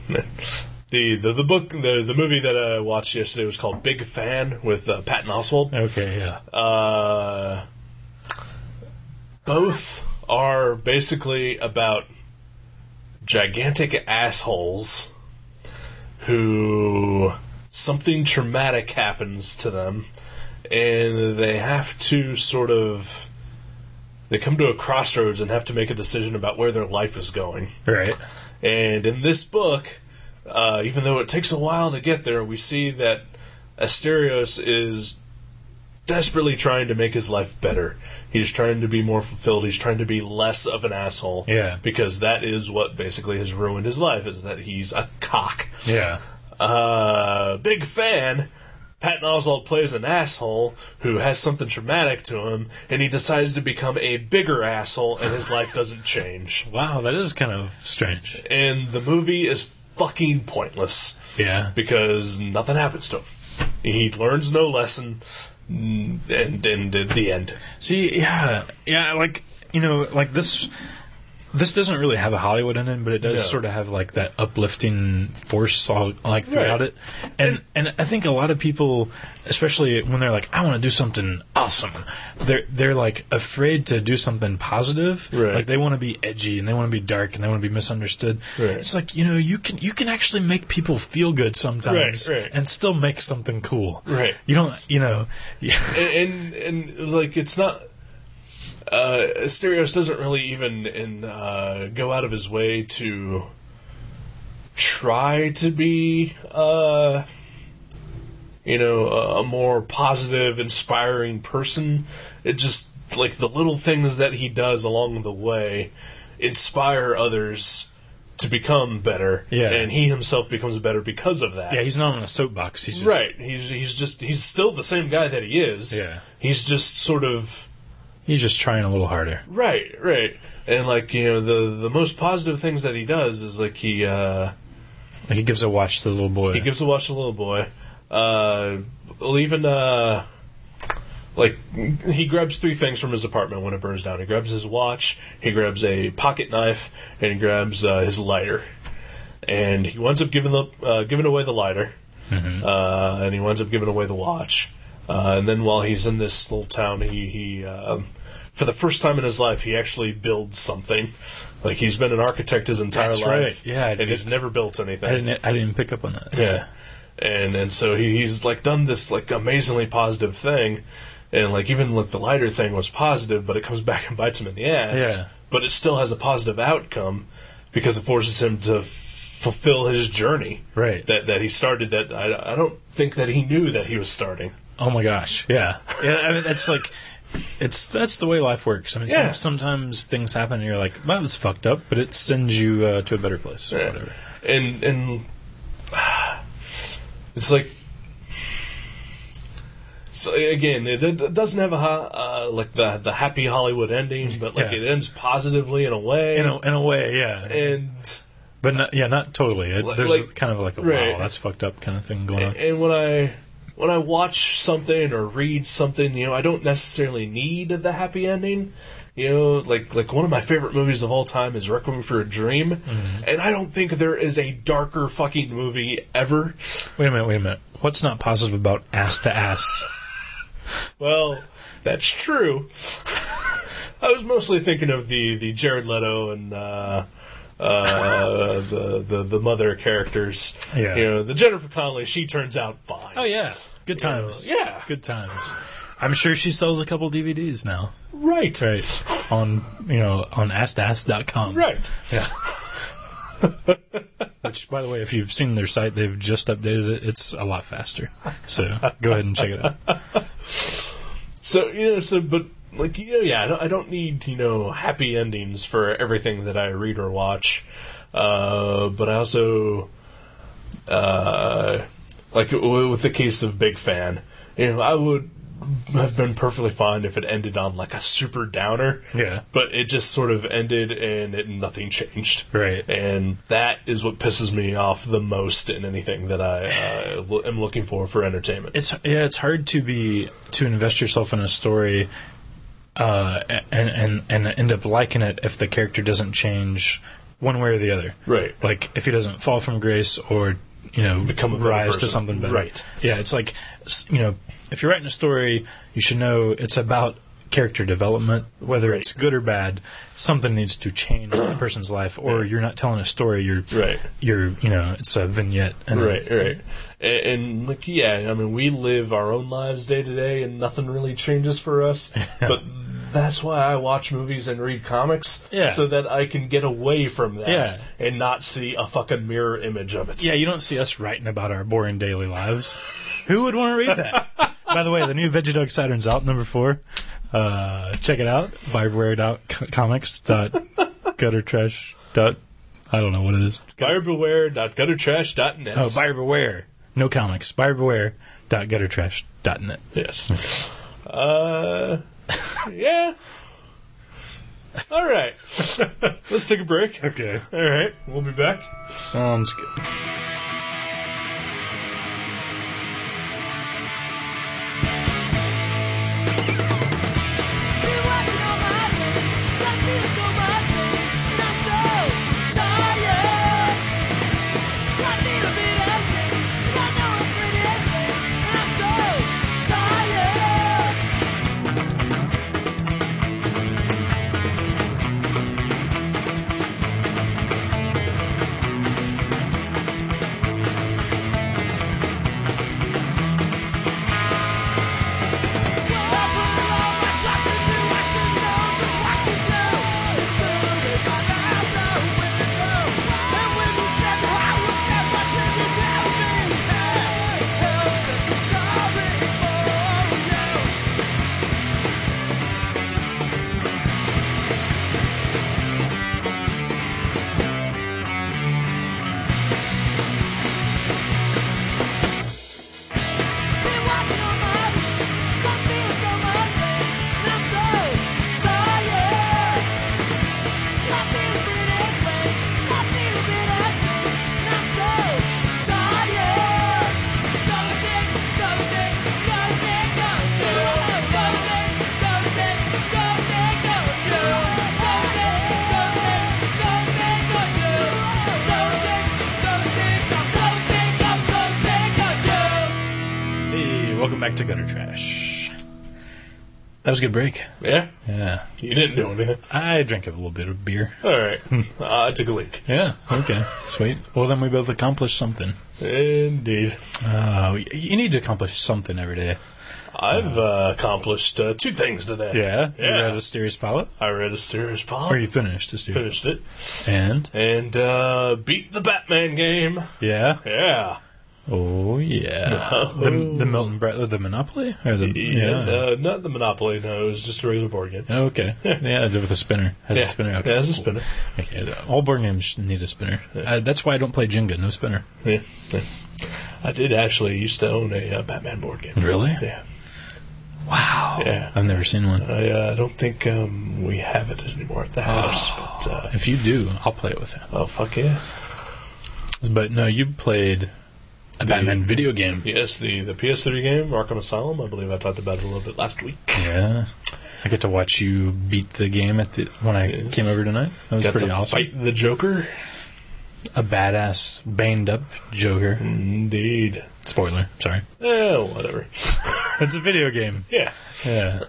Speaker 1: eh, the the book the the movie that I watched yesterday was called Big Fan with uh, Patton Oswald.
Speaker 2: Okay. Yeah.
Speaker 1: Uh, both are basically about gigantic assholes who something traumatic happens to them and they have to sort of they come to a crossroads and have to make a decision about where their life is going.
Speaker 2: Right.
Speaker 1: And in this book, uh, even though it takes a while to get there, we see that Asterios is desperately trying to make his life better. He's trying to be more fulfilled. He's trying to be less of an asshole.
Speaker 2: Yeah.
Speaker 1: Because that is what basically has ruined his life, is that he's a cock.
Speaker 2: Yeah.
Speaker 1: Uh, big fan. Patton Oswald plays an asshole who has something traumatic to him, and he decides to become a bigger asshole, and his life doesn't change
Speaker 2: Wow, that is kind of strange.
Speaker 1: and the movie is fucking pointless
Speaker 2: Yeah.
Speaker 1: because nothing happens to him. He learns no lesson, and and at the end,
Speaker 2: See, yeah, yeah, like you know, like this. This doesn't really have a Hollywood in it, but it does
Speaker 1: No.
Speaker 2: sort of have like that uplifting force all, like throughout
Speaker 1: Right.
Speaker 2: it, and and I think a lot of people, especially when they're like, I want to do something awesome, they're they're like afraid to do something positive,
Speaker 1: Right.
Speaker 2: like they want to be edgy and they want to be dark and they want to be misunderstood.
Speaker 1: Right.
Speaker 2: It's like you know you can you can actually make people feel good sometimes
Speaker 1: Right, right.
Speaker 2: and still make something cool.
Speaker 1: Right.
Speaker 2: You don't you know. *laughs*
Speaker 1: and and, and like it's not. Uh, Asterios doesn't really even in, uh, go out of his way to try to be, uh, you know, a, a more positive, inspiring person. It just like the little things that he does along the way inspire others to become better.
Speaker 2: Yeah.
Speaker 1: And he himself becomes better because of that.
Speaker 2: Yeah, he's not on a soapbox. He's just,
Speaker 1: right. He's he's just he's still the same guy that he is.
Speaker 2: Yeah.
Speaker 1: He's just sort of
Speaker 2: He's just trying a little harder.
Speaker 1: Right, right. And like, you know, the the most positive things that he does is like he uh
Speaker 2: Like he gives a watch to the little boy.
Speaker 1: he gives a watch to the little boy. Uh well, even uh like he grabs three things from his apartment when it burns down. He grabs his watch, he grabs a pocket knife, and he grabs uh, his lighter. And he winds up giving the uh, giving away the lighter,
Speaker 2: Mm-hmm.
Speaker 1: uh, and he winds up giving away the watch. Uh, and then while he's in this little town, he he um, for the first time in his life he actually builds something. Like he's been an architect his entire
Speaker 2: That's
Speaker 1: life,
Speaker 2: right. Yeah, I
Speaker 1: and
Speaker 2: did-
Speaker 1: he's never built anything.
Speaker 2: I didn't. I didn't pick up on
Speaker 1: *laughs*
Speaker 2: that.
Speaker 1: Yeah. And and so he, he's like done this like amazingly positive thing, and like even like the lighter thing was positive, but it comes *laughs* back and bites him in the ass.
Speaker 2: Yeah.
Speaker 1: But it still has a positive outcome because it forces him to f- fulfill his journey
Speaker 2: Right.
Speaker 1: that that he started. That I, I don't think that he knew that he was starting.
Speaker 2: Oh my gosh. Yeah. Yeah. I mean, that's like. It's that's the way life works. I mean,
Speaker 1: Yeah.
Speaker 2: some, sometimes things happen and you're like, "That was fucked up," but it sends you uh, to a better place or
Speaker 1: Yeah.
Speaker 2: whatever.
Speaker 1: and and *sighs* it's like so again it, it doesn't have a hi- uh, like the the happy Hollywood ending, but like
Speaker 2: Yeah.
Speaker 1: it ends positively in a way.
Speaker 2: In a in a way, yeah.
Speaker 1: and
Speaker 2: but not, yeah, not totally. It,
Speaker 1: Like-
Speaker 2: There's
Speaker 1: like-
Speaker 2: kind of like a
Speaker 1: right.
Speaker 2: wow, that's fucked up kind of thing going on.
Speaker 1: and when I when I watch something or read something, you know, I don't necessarily need the happy ending. You know, like like one of my favorite movies of all time is Requiem for a Dream,
Speaker 2: Mm-hmm.
Speaker 1: and I don't think there is a darker fucking movie ever.
Speaker 2: Wait a minute. Wait a minute. What's not positive about ass to *laughs* ass?
Speaker 1: Well, that's true. *laughs* I was mostly thinking of the, the Jared Leto and uh, uh, the, the the mother characters.
Speaker 2: Yeah.
Speaker 1: You know, the Jennifer Connelly, she turns out fine.
Speaker 2: Oh yeah, good times.
Speaker 1: yeah.
Speaker 2: good times. I'm sure she sells a couple DVDs now.
Speaker 1: Right.
Speaker 2: Right on, you know, on astass.com.
Speaker 1: Right.
Speaker 2: Yeah. Which, by the way, if you've seen their site, they've just updated it. It's a lot faster. So go ahead and check it out.
Speaker 1: So you know, so but like you know, yeah, I don't, I don't need you know happy endings for everything that I read or watch, uh, but I also uh, like w- with the case of Big Fan, you know, I would have been perfectly fine if it ended on like a super downer.
Speaker 2: Yeah.
Speaker 1: But it just sort of ended and it, nothing changed.
Speaker 2: Right.
Speaker 1: And that is what pisses me off the most in anything that I uh, lo- am looking for for entertainment.
Speaker 2: It's yeah, it's hard to be to invest yourself in a story, uh, and and and end up liking it if the character doesn't change one way or the other.
Speaker 1: Right.
Speaker 2: Like if he doesn't fall from grace or you know
Speaker 1: Become a better
Speaker 2: rise to
Speaker 1: person.
Speaker 2: something better.
Speaker 1: Right.
Speaker 2: Yeah, it's like s- you know if you're writing a story, you should know it's about character development, whether
Speaker 1: Right.
Speaker 2: it's good or bad. Something needs to change in a person's life, or you're not telling a story. You're
Speaker 1: Right.
Speaker 2: You're you know it's a vignette. And
Speaker 1: Right, right. And, and like, yeah, I mean, we live our own lives day to day, and nothing really changes for
Speaker 2: *laughs*
Speaker 1: us. But that's why I watch movies and read comics,
Speaker 2: Yeah.
Speaker 1: so that I can get away from that
Speaker 2: Yeah.
Speaker 1: and not see a fucking mirror image of it.
Speaker 2: Yeah, you don't see us writing about our boring daily lives. Who would want to read that? *laughs* By the way, the new Veggie Dog Saturn's out, number four. Uh, check it out by rare.comics. Dot gutter trash. Dot, I don't know what it is.
Speaker 1: Firebeware.guttertrash.net.
Speaker 2: Oh, buyer beware. No comics. Buyer beware. Dot gutter trash. Dot net.
Speaker 1: yes. uh, *laughs* yeah. All
Speaker 2: *laughs*
Speaker 1: right. Let's take a break.
Speaker 2: Okay.
Speaker 1: All right. We'll be back.
Speaker 2: Sounds good.
Speaker 3: You're walking on my lane, not you so much, and I'm so tired. I need a bit of change, and I know it's pretty insane, and I'm so tired.
Speaker 2: Welcome back to Gutter Trash. That was a good break.
Speaker 1: Yeah?
Speaker 2: Yeah.
Speaker 1: You didn't do anything.
Speaker 2: I drank a little bit of beer.
Speaker 1: All right.
Speaker 2: Hmm.
Speaker 1: Uh, I took a leak.
Speaker 2: Yeah. Okay. Sweet. Well, then we both accomplished something.
Speaker 1: Indeed.
Speaker 2: Uh, y- you need to accomplish something every day.
Speaker 1: I've uh, accomplished uh, two things today.
Speaker 2: You
Speaker 1: Yeah.
Speaker 2: read a serious pilot?
Speaker 1: I read Asterius Pop.
Speaker 2: Or you finished a serious
Speaker 1: Finished it.
Speaker 2: And?
Speaker 1: And uh, beat the Batman game.
Speaker 2: Yeah.
Speaker 1: Yeah.
Speaker 2: Oh, yeah. The, the Milton Bradley, the Monopoly? Or the,
Speaker 1: Yeah. Uh, not the Monopoly, no. It was just a regular board game. *laughs*
Speaker 2: Oh, Okay. Yeah, with a spinner. Has a
Speaker 1: Yeah.
Speaker 2: spinner. Okay.
Speaker 1: Yeah, it's a spinner.
Speaker 2: Okay. All board games need a spinner. Uh, that's why I don't play Jenga. No spinner.
Speaker 1: Yeah. yeah. I did actually used to own a uh, Batman board game.
Speaker 2: Really?
Speaker 1: Yeah.
Speaker 2: Wow.
Speaker 1: Yeah.
Speaker 2: I've never seen one.
Speaker 1: I uh, don't think um, we have it anymore at the
Speaker 2: Ah.
Speaker 1: house, but uh,
Speaker 2: If you do, I'll play it with
Speaker 1: oh fuck yeah!
Speaker 2: you. But no, you played a Batman video game.
Speaker 1: Yes, the the PS3 game Arkham Asylum. I believe I talked about it a little bit last week.
Speaker 2: Yeah. I get to watch you beat the game at the when I
Speaker 1: Yes.
Speaker 2: came over tonight. That was
Speaker 1: Got
Speaker 2: pretty
Speaker 1: to
Speaker 2: awesome.
Speaker 1: fight the Joker.
Speaker 2: A badass, baned up Joker.
Speaker 1: Indeed.
Speaker 2: Spoiler. Sorry.
Speaker 1: Eh, whatever.
Speaker 2: It's a video game.
Speaker 1: Yeah. *coughs*
Speaker 2: Yeah.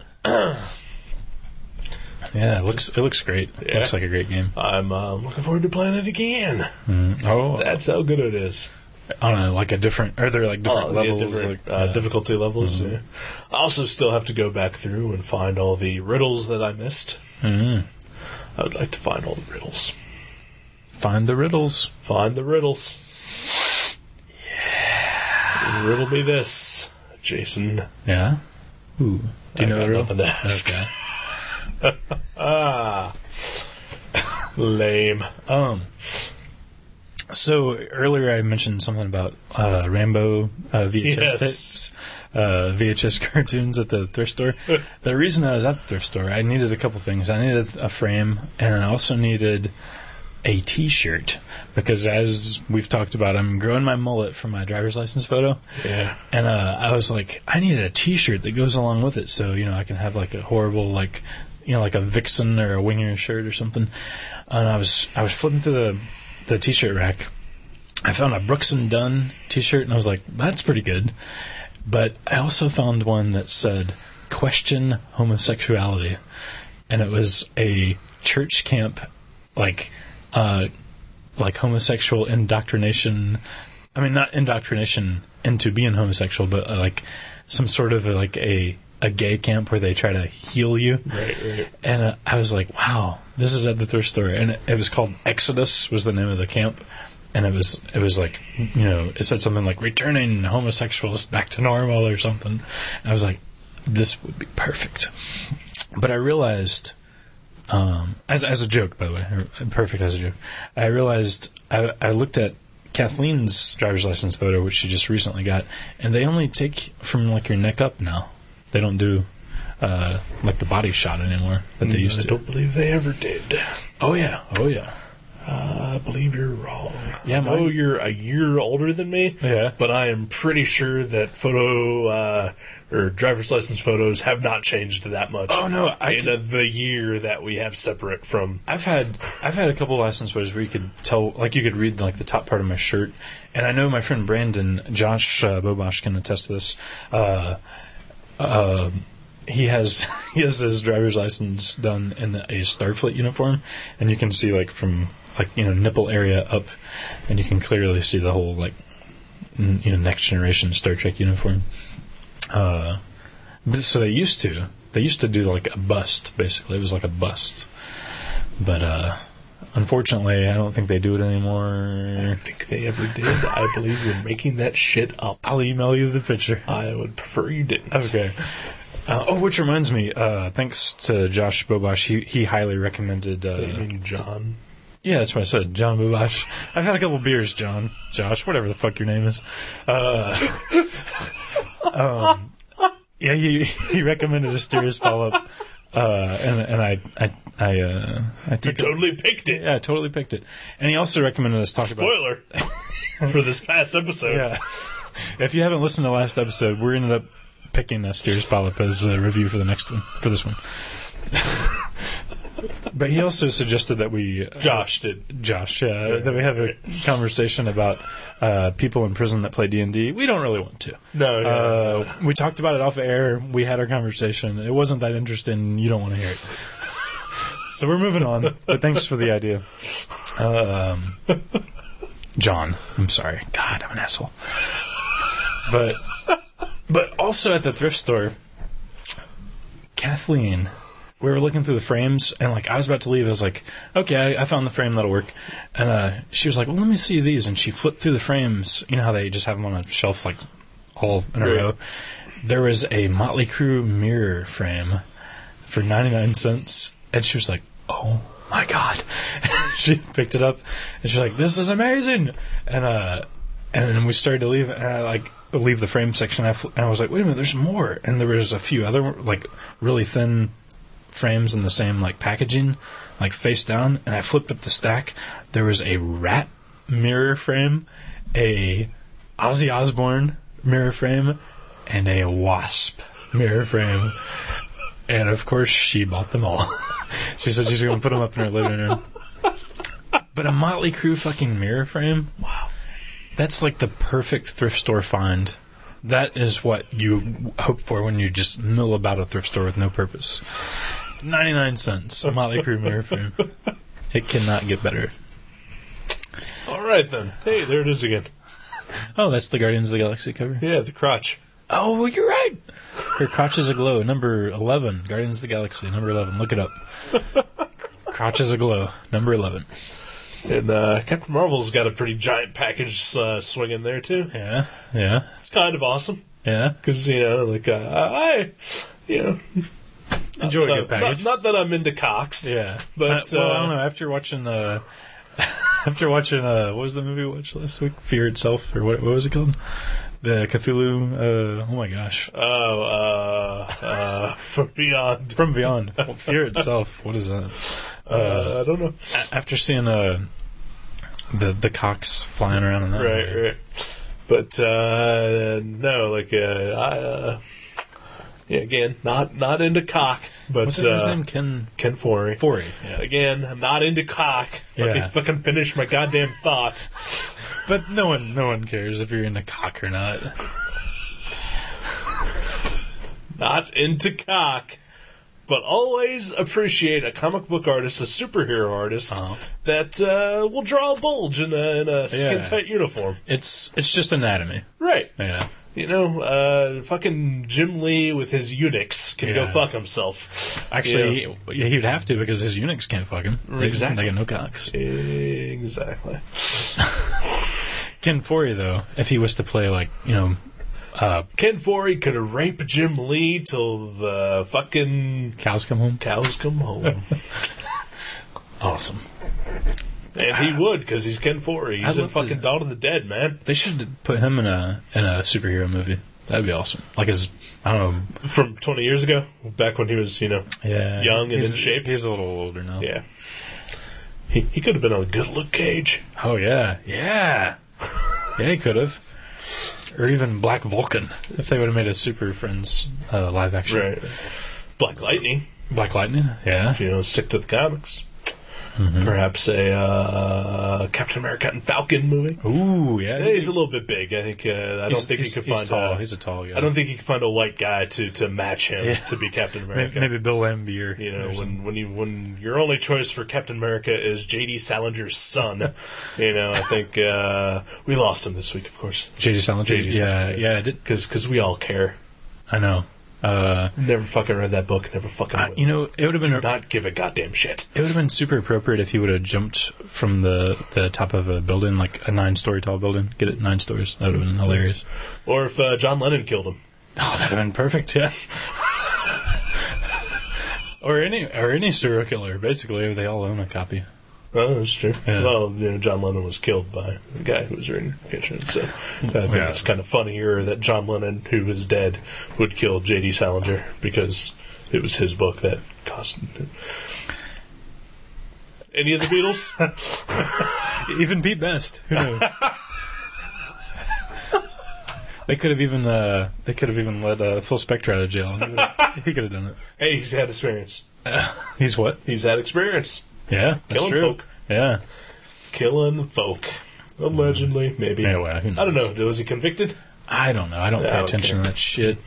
Speaker 2: yeah. It looks it looks great.
Speaker 1: Yeah.
Speaker 2: Looks like a great game.
Speaker 1: I'm uh, looking forward to playing it again.
Speaker 2: Oh,
Speaker 1: That's how good it is.
Speaker 2: I don't know, like a different, are there like different
Speaker 1: Oh, yeah,
Speaker 2: levels?
Speaker 1: different,
Speaker 2: like,
Speaker 1: uh,
Speaker 2: yeah. Mm-hmm.
Speaker 1: difficulty levels. Yeah. I also still have to go back through and find all the riddles that I missed.
Speaker 2: Mhm.
Speaker 1: I would like to find all the riddles.
Speaker 2: Find the riddles.
Speaker 1: Find the riddles. Yeah. Riddle me this, Jason.
Speaker 2: Yeah. Ooh. Do you
Speaker 1: I
Speaker 2: know
Speaker 1: got
Speaker 2: the riddle?
Speaker 1: nothing to ask. Ah.
Speaker 2: Okay.
Speaker 1: *laughs* Lame.
Speaker 2: Um. So earlier I mentioned something about uh, Rambo uh, VHS
Speaker 1: Yes.
Speaker 2: tapes, uh, VHS *laughs* cartoons at the thrift store. the reason I was at the thrift store, I needed a couple things. I needed a frame, and I also needed a T-shirt because, as we've talked about, I'm growing my mullet for my driver's license photo.
Speaker 1: Yeah.
Speaker 2: And uh, I was like, I need a T-shirt that goes along with it, so you know I can have like a horrible like, you know, like a vixen or a winger shirt or something. And I was I was flipping through the the T-shirt rack. I found a Brooks and Dunn T-shirt, and I was like, that's pretty good. But I also found one that said, "Question homosexuality," and it was a church camp, like, uh, like homosexual indoctrination. I mean, not indoctrination into being homosexual, but uh, like some sort of uh, like a a gay camp where they try to heal you.
Speaker 1: Right, right.
Speaker 2: And uh, I was like, wow, this is at the thrift store, and it, it was called Exodus was the name of the camp, and it was it was like you know it said something like returning homosexuals back to normal or something. And I was like, this would be perfect, but I realized. Um, as as a joke, by the way, or- perfect as a joke. I realized I, I looked at Kathleen's driver's license photo, which she just recently got, and they only take from like your neck up now. They don't do uh, like the body shot anymore that they used
Speaker 1: Mm, I
Speaker 2: to.
Speaker 1: don't believe they ever did.
Speaker 2: Oh yeah, oh yeah.
Speaker 1: I believe you're wrong.
Speaker 2: Yeah,
Speaker 1: I know
Speaker 2: mine-
Speaker 1: you're a year older than me.
Speaker 2: Yeah.
Speaker 1: But I am pretty sure that photo uh, or driver's license photos have not changed that much.
Speaker 2: Oh, no, I
Speaker 1: in
Speaker 2: can-
Speaker 1: uh, the year that we have separate from.
Speaker 2: I've had I've had a couple license photos where you could tell, like you could read like the top part of my shirt, and I know my friend Brandon Josh uh, Bobosh can attest to this. Uh, uh, he has *laughs* he has his driver's license done in a Starfleet uniform, and you can see like from like you know nipple area up, and you can clearly see the whole like n- you know next generation Star Trek uniform. Uh, but- so they used to they used to do like a bust basically. It was like a bust, but uh, unfortunately, I don't think they do it
Speaker 1: I
Speaker 2: anymore.
Speaker 1: don't think they ever did. I believe you're making that shit up.
Speaker 2: I'll email you the picture. *laughs*
Speaker 1: I would prefer you didn't.
Speaker 2: Okay. Uh, oh, which reminds me, uh, thanks to Josh Bobosh, he, he highly recommended.
Speaker 1: You
Speaker 2: Uh,
Speaker 1: mean John?
Speaker 2: yeah, that's what I said, John Bobosh. *laughs* I've had a couple beers, John, Josh, whatever the fuck your name is. Uh, *laughs* um, yeah, he he recommended Asterius follow up, uh, and and I I I uh, I
Speaker 1: You
Speaker 2: took it.
Speaker 1: totally picked it.
Speaker 2: Yeah, I totally picked it, and he also recommended us talk about
Speaker 1: Spoiler
Speaker 2: *laughs*
Speaker 1: for this past episode.
Speaker 2: Yeah. *laughs* if you haven't listened to the last episode, we ended up picking uh, Steers Polyp as a review for the next one, for this one. *laughs* But he also suggested that we uh,
Speaker 1: Josh did.
Speaker 2: Josh, yeah, that we have a conversation about uh, people in prison that play D and D. We don't really want to.
Speaker 1: No, no,
Speaker 2: uh, we talked about it off air. We had our conversation. It wasn't that interesting. You don't want to hear it. *laughs* so we're moving on. But thanks for the idea, um, John. I'm sorry. God, I'm an asshole. But but also at the thrift store, Kathleen we were looking through the frames, and like I was about to leave, I was like, "Okay, I, I found the frame that'll work." And uh, she was like, "Well, let me see these," and she flipped through the frames. You know how they just have them on a shelf, like all in a
Speaker 1: Right.
Speaker 2: row. There was a Motley Crue mirror frame for ninety nine cents, and she was like, "Oh my god!" *laughs* she picked it up, and she's like, "This is amazing!" And uh, and then we started to leave, and I like leave the frame section. I fl- and I was like, "Wait a minute, there's more!" And there was a few other like really thin frames in the same like packaging, like face down, and I flipped up the stack. There was a rat mirror frame, a Ozzy Osbourne mirror frame, and a wasp mirror frame. And of course, she bought them all. *laughs* she said she's going to put them up in her living room. But a Motley Crue fucking mirror frame? Wow. That's like the perfect thrift store find. That is what you hope for when you just mill about a thrift store with no purpose. 99 cents, a Motley Crue mirror frame. *laughs* It cannot get better.
Speaker 1: All right then. Hey, there it is again.
Speaker 2: Oh, that's the Guardians of the Galaxy cover.
Speaker 1: Yeah, the crotch.
Speaker 2: Oh, well, you're right. Her crotch is aglow. Number eleven, Guardians of the Galaxy. Number eleven. Look it *laughs* up. crotch is aglow. Number eleven.
Speaker 1: And uh, Captain Marvel's got a pretty giant package uh, swinging there too.
Speaker 2: Yeah, yeah,
Speaker 1: It's kind of awesome
Speaker 2: yeah.
Speaker 1: because you know, like uh, I, you know,
Speaker 2: Enjoy
Speaker 1: uh, not, not that I'm into cocks.
Speaker 2: yeah,
Speaker 1: but,
Speaker 2: Uh, well,
Speaker 1: uh,
Speaker 2: I don't know. After watching uh, *laughs* after watching uh, what was the movie we watched last week? Fear itself, or what? What was it called? The Cthulhu. Uh, oh my gosh,
Speaker 1: Oh, uh, uh, *laughs* for beyond. *laughs*
Speaker 2: from beyond. Fear itself. What is that?
Speaker 1: Uh, I don't know.
Speaker 2: A- After seeing uh, the the cocks flying around in that.
Speaker 1: Right,
Speaker 2: movie.
Speaker 1: right. But uh, no, like uh, I, uh, yeah, again, not not into cock. But
Speaker 2: What's
Speaker 1: uh,
Speaker 2: his name? Ken
Speaker 1: Ken Forey.
Speaker 2: Forey.
Speaker 1: Again, I'm not into cock. Let
Speaker 2: Yeah.
Speaker 1: me fucking finish my goddamn thought.
Speaker 2: But no one, no one cares if you're into cock or not.
Speaker 1: not into cock, but always appreciate a comic book artist, a superhero artist
Speaker 2: Uh-huh.
Speaker 1: that uh, will draw a bulge in a, in a skin tight uniform.
Speaker 2: It's it's just anatomy.
Speaker 1: Right.
Speaker 2: Yeah.
Speaker 1: You know, uh, fucking Jim Lee with his eunuchs can go
Speaker 2: Yeah.
Speaker 1: fuck himself.
Speaker 2: Actually, he, he would have to because his eunuchs can't fuck him. They-
Speaker 1: Exactly.
Speaker 2: They got no cocks.
Speaker 1: Yeah. exactly.
Speaker 2: Ken Forey though, if he was to play like you know, uh,
Speaker 1: Ken Forey could rape Jim Lee till the fucking
Speaker 2: cows come home.
Speaker 1: cows come
Speaker 2: *laughs*
Speaker 1: home.
Speaker 2: Awesome.
Speaker 1: and he would, because he's Ken Forey.
Speaker 2: I'd
Speaker 1: He's in
Speaker 2: Ah. love to-
Speaker 1: fucking Dawn of the Dead, man.
Speaker 2: They should put him in a in a superhero movie. That'd be awesome. Like his, I don't know.
Speaker 1: From 20 years ago, back when he was, you know,
Speaker 2: Yeah.
Speaker 1: Young and
Speaker 2: he's,
Speaker 1: in shape?
Speaker 2: He's a little older now.
Speaker 1: Yeah. He, he could have been on a good look cage.
Speaker 2: Oh yeah. Yeah. yeah, he could have. Or even Black Vulcan, if they would have made a Super Friends uh, live action.
Speaker 1: Black Lightning,
Speaker 2: Black Lightning. Yeah.
Speaker 1: if you know, stick to the comics.
Speaker 2: Mm-hmm.
Speaker 1: Perhaps a uh, Captain America and Falcon movie.
Speaker 2: Ooh, yeah.
Speaker 1: Yeah, he's a little bit big. I think. Uh, I don't think he
Speaker 2: he's-
Speaker 1: could
Speaker 2: he's
Speaker 1: find.
Speaker 2: tall.
Speaker 1: A,
Speaker 2: he's a tall guy.
Speaker 1: I don't think he could find a white guy to, to match him
Speaker 2: Yeah.
Speaker 1: to be
Speaker 2: *laughs*
Speaker 1: Captain America.
Speaker 2: Maybe, maybe Bill Lambier.
Speaker 1: You
Speaker 2: or
Speaker 1: know,
Speaker 2: something.
Speaker 1: when when you when your only choice for Captain America is J.D. Salinger's
Speaker 2: *laughs*
Speaker 1: son, you know, I think uh, we lost him this week, of course,
Speaker 2: J.D. Salinger.
Speaker 1: J.D.
Speaker 2: Yeah,
Speaker 1: Salinger.
Speaker 2: yeah. I did.
Speaker 1: because we all care.
Speaker 2: I know. Uh,
Speaker 1: Never fucking read that book. Never fucking.
Speaker 2: I-
Speaker 1: will.
Speaker 2: you know, it would have been
Speaker 1: Do not give a goddamn shit.
Speaker 2: it would have been super appropriate if he would have jumped from the the top of a building, like a nine story tall building. Get it, nine stories. That would have been hilarious.
Speaker 1: Or if uh, John Lennon killed him.
Speaker 2: Oh, that'd have been perfect. Yeah. *laughs* or any or any serial killer. Basically, they all own a copy.
Speaker 1: Oh, that's true.
Speaker 2: Yeah.
Speaker 1: Well, you know, John Lennon was killed by a guy who was reading kitchen, so I think
Speaker 2: Yeah.
Speaker 1: it's kind of funnier that John Lennon, who is dead, would kill J.D. Salinger because it was his book that caused. Any of the
Speaker 2: *laughs*
Speaker 1: Beatles?
Speaker 2: Even Pete Best. Who knows? They could have even uh, they could have even let uh, Phil Spector out of jail. He would've- He could have done it.
Speaker 1: Hey, he's had experience.
Speaker 2: *laughs* He's what?
Speaker 1: He's had experience
Speaker 2: Yeah, that's
Speaker 1: Killing
Speaker 2: true.
Speaker 1: folk.
Speaker 2: Yeah.
Speaker 1: killing folk. Allegedly, maybe.
Speaker 2: Yeah, well, who
Speaker 1: I don't know. Was he convicted?
Speaker 2: I don't know. I don't
Speaker 1: Yeah, I
Speaker 2: pay
Speaker 1: don't
Speaker 2: attention
Speaker 1: care.
Speaker 2: to that shit.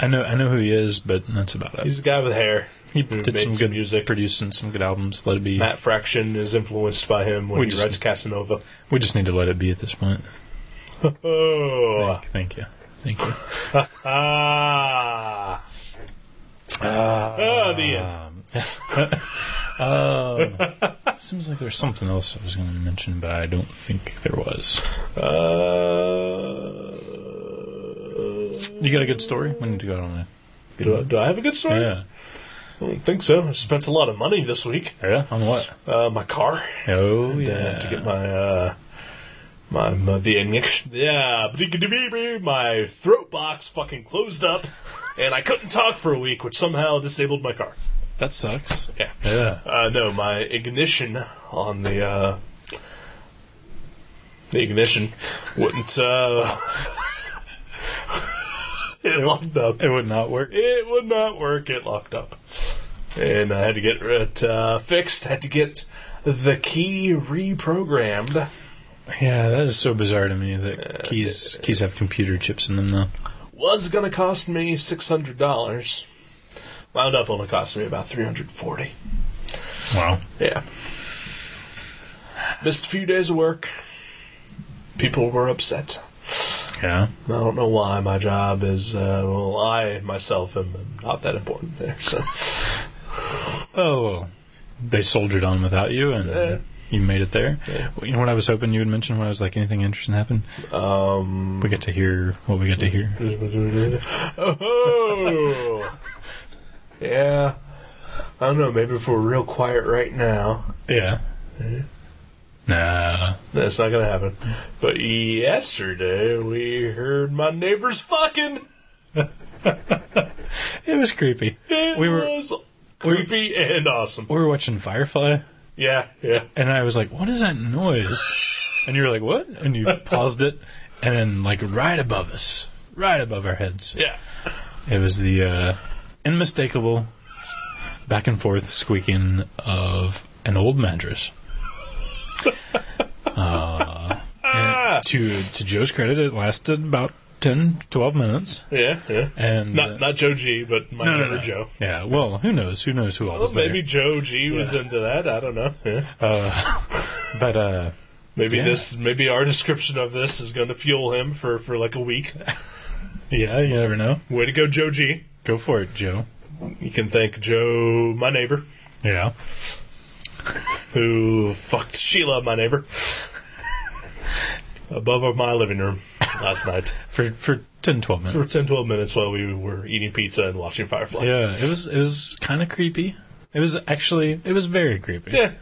Speaker 2: I know I know who he is, but that's about it.
Speaker 1: He's a guy with hair.
Speaker 2: he
Speaker 1: who
Speaker 2: did
Speaker 1: made
Speaker 2: some
Speaker 1: some music.
Speaker 2: good music, producing some good albums. Let it be.
Speaker 1: Matt Fraction is influenced by him when
Speaker 2: We
Speaker 1: he
Speaker 2: just-
Speaker 1: writes Casanova.
Speaker 2: We just need to let it be at this point.
Speaker 1: Oh,
Speaker 2: Thank, thank you. Thank you.
Speaker 1: ah, ah, the end.
Speaker 2: Um, *laughs* um, seems like there's something else I was going to mention, but I don't think there was.
Speaker 1: Uh,
Speaker 2: You got a good story? We need to go on
Speaker 1: do, I, do I have a good
Speaker 2: that.
Speaker 1: story?
Speaker 2: Yeah.
Speaker 1: I don't think so. I spent a lot of money this week.
Speaker 2: Yeah. On what?
Speaker 1: Uh, my car.
Speaker 2: Oh
Speaker 1: yeah.
Speaker 2: yeah.
Speaker 1: to get my uh my, my the ignition yeah my throat box fucking closed up and I couldn't talk for a week which somehow disabled my car
Speaker 2: that sucks.
Speaker 1: yeah
Speaker 2: Yeah.
Speaker 1: uh, no my ignition on the uh the ignition wouldn't uh *laughs* it locked up
Speaker 2: It would not work.
Speaker 1: it would not work. It locked up. And I had to get it uh, fixed. Had to get the key reprogrammed.
Speaker 2: Yeah, that is so bizarre to me that keys keys have computer chips in them now.
Speaker 1: Was going to cost me $600. Wound up only costing me about 340
Speaker 2: Wow.
Speaker 1: Yeah. Missed a few days of work. People were upset.
Speaker 2: Yeah.
Speaker 1: I don't know why. My job is, uh, well, I myself am not that important there. So, *laughs*
Speaker 2: Oh, well, they soldiered on without you, and uh,
Speaker 1: Yeah.
Speaker 2: you made it there.
Speaker 1: Yeah.
Speaker 2: Well, You know what I was hoping you would mention when I was like, anything interesting happened?
Speaker 1: um.
Speaker 2: We get to hear what we get to hear.
Speaker 1: Oh, yeah. I don't know. Maybe if we're real quiet right now,
Speaker 2: Yeah. Nah.
Speaker 1: that's not gonna happen. But yesterday we heard my neighbors fucking.
Speaker 2: It was creepy.
Speaker 1: It
Speaker 2: We were-
Speaker 1: was
Speaker 2: we-
Speaker 1: creepy and awesome.
Speaker 2: We were watching Firefly,
Speaker 1: Yeah, yeah.
Speaker 2: and I was like, what is that noise? And you were like, what?
Speaker 1: *laughs*
Speaker 2: And you paused it, and then, like, right above us, right above our heads,
Speaker 1: Yeah.
Speaker 2: it was the uh, unmistakable back and forth squeaking of an old
Speaker 1: *laughs*
Speaker 2: mattress. Uh,
Speaker 1: Ah,
Speaker 2: to to Joe's credit, it lasted about 10, 12 minutes,
Speaker 1: yeah, yeah.
Speaker 2: and uh,
Speaker 1: Not not Joe G, but my neighbor Joe.
Speaker 2: Yeah, well, who knows? Who knows who all
Speaker 1: Well,
Speaker 2: was
Speaker 1: maybe
Speaker 2: there?
Speaker 1: Joe G was into that. I don't know. Yeah.
Speaker 2: But uh,
Speaker 1: Maybe
Speaker 2: yeah.
Speaker 1: this. Maybe our description of this is going to fuel him for for like a week.
Speaker 2: yeah, you never know.
Speaker 1: Way to go, Joe G.
Speaker 2: Go for it, Joe.
Speaker 1: You can thank Joe, my neighbor,
Speaker 2: Yeah,
Speaker 1: who fucked Sheila, my neighbor, *laughs* above of my living room last night
Speaker 2: for for 10, 12 minutes.
Speaker 1: for 10, 12 minutes while we were eating pizza and watching Firefly.
Speaker 2: Yeah, it was it was kind of creepy. It was actually it was very creepy.
Speaker 1: Yeah.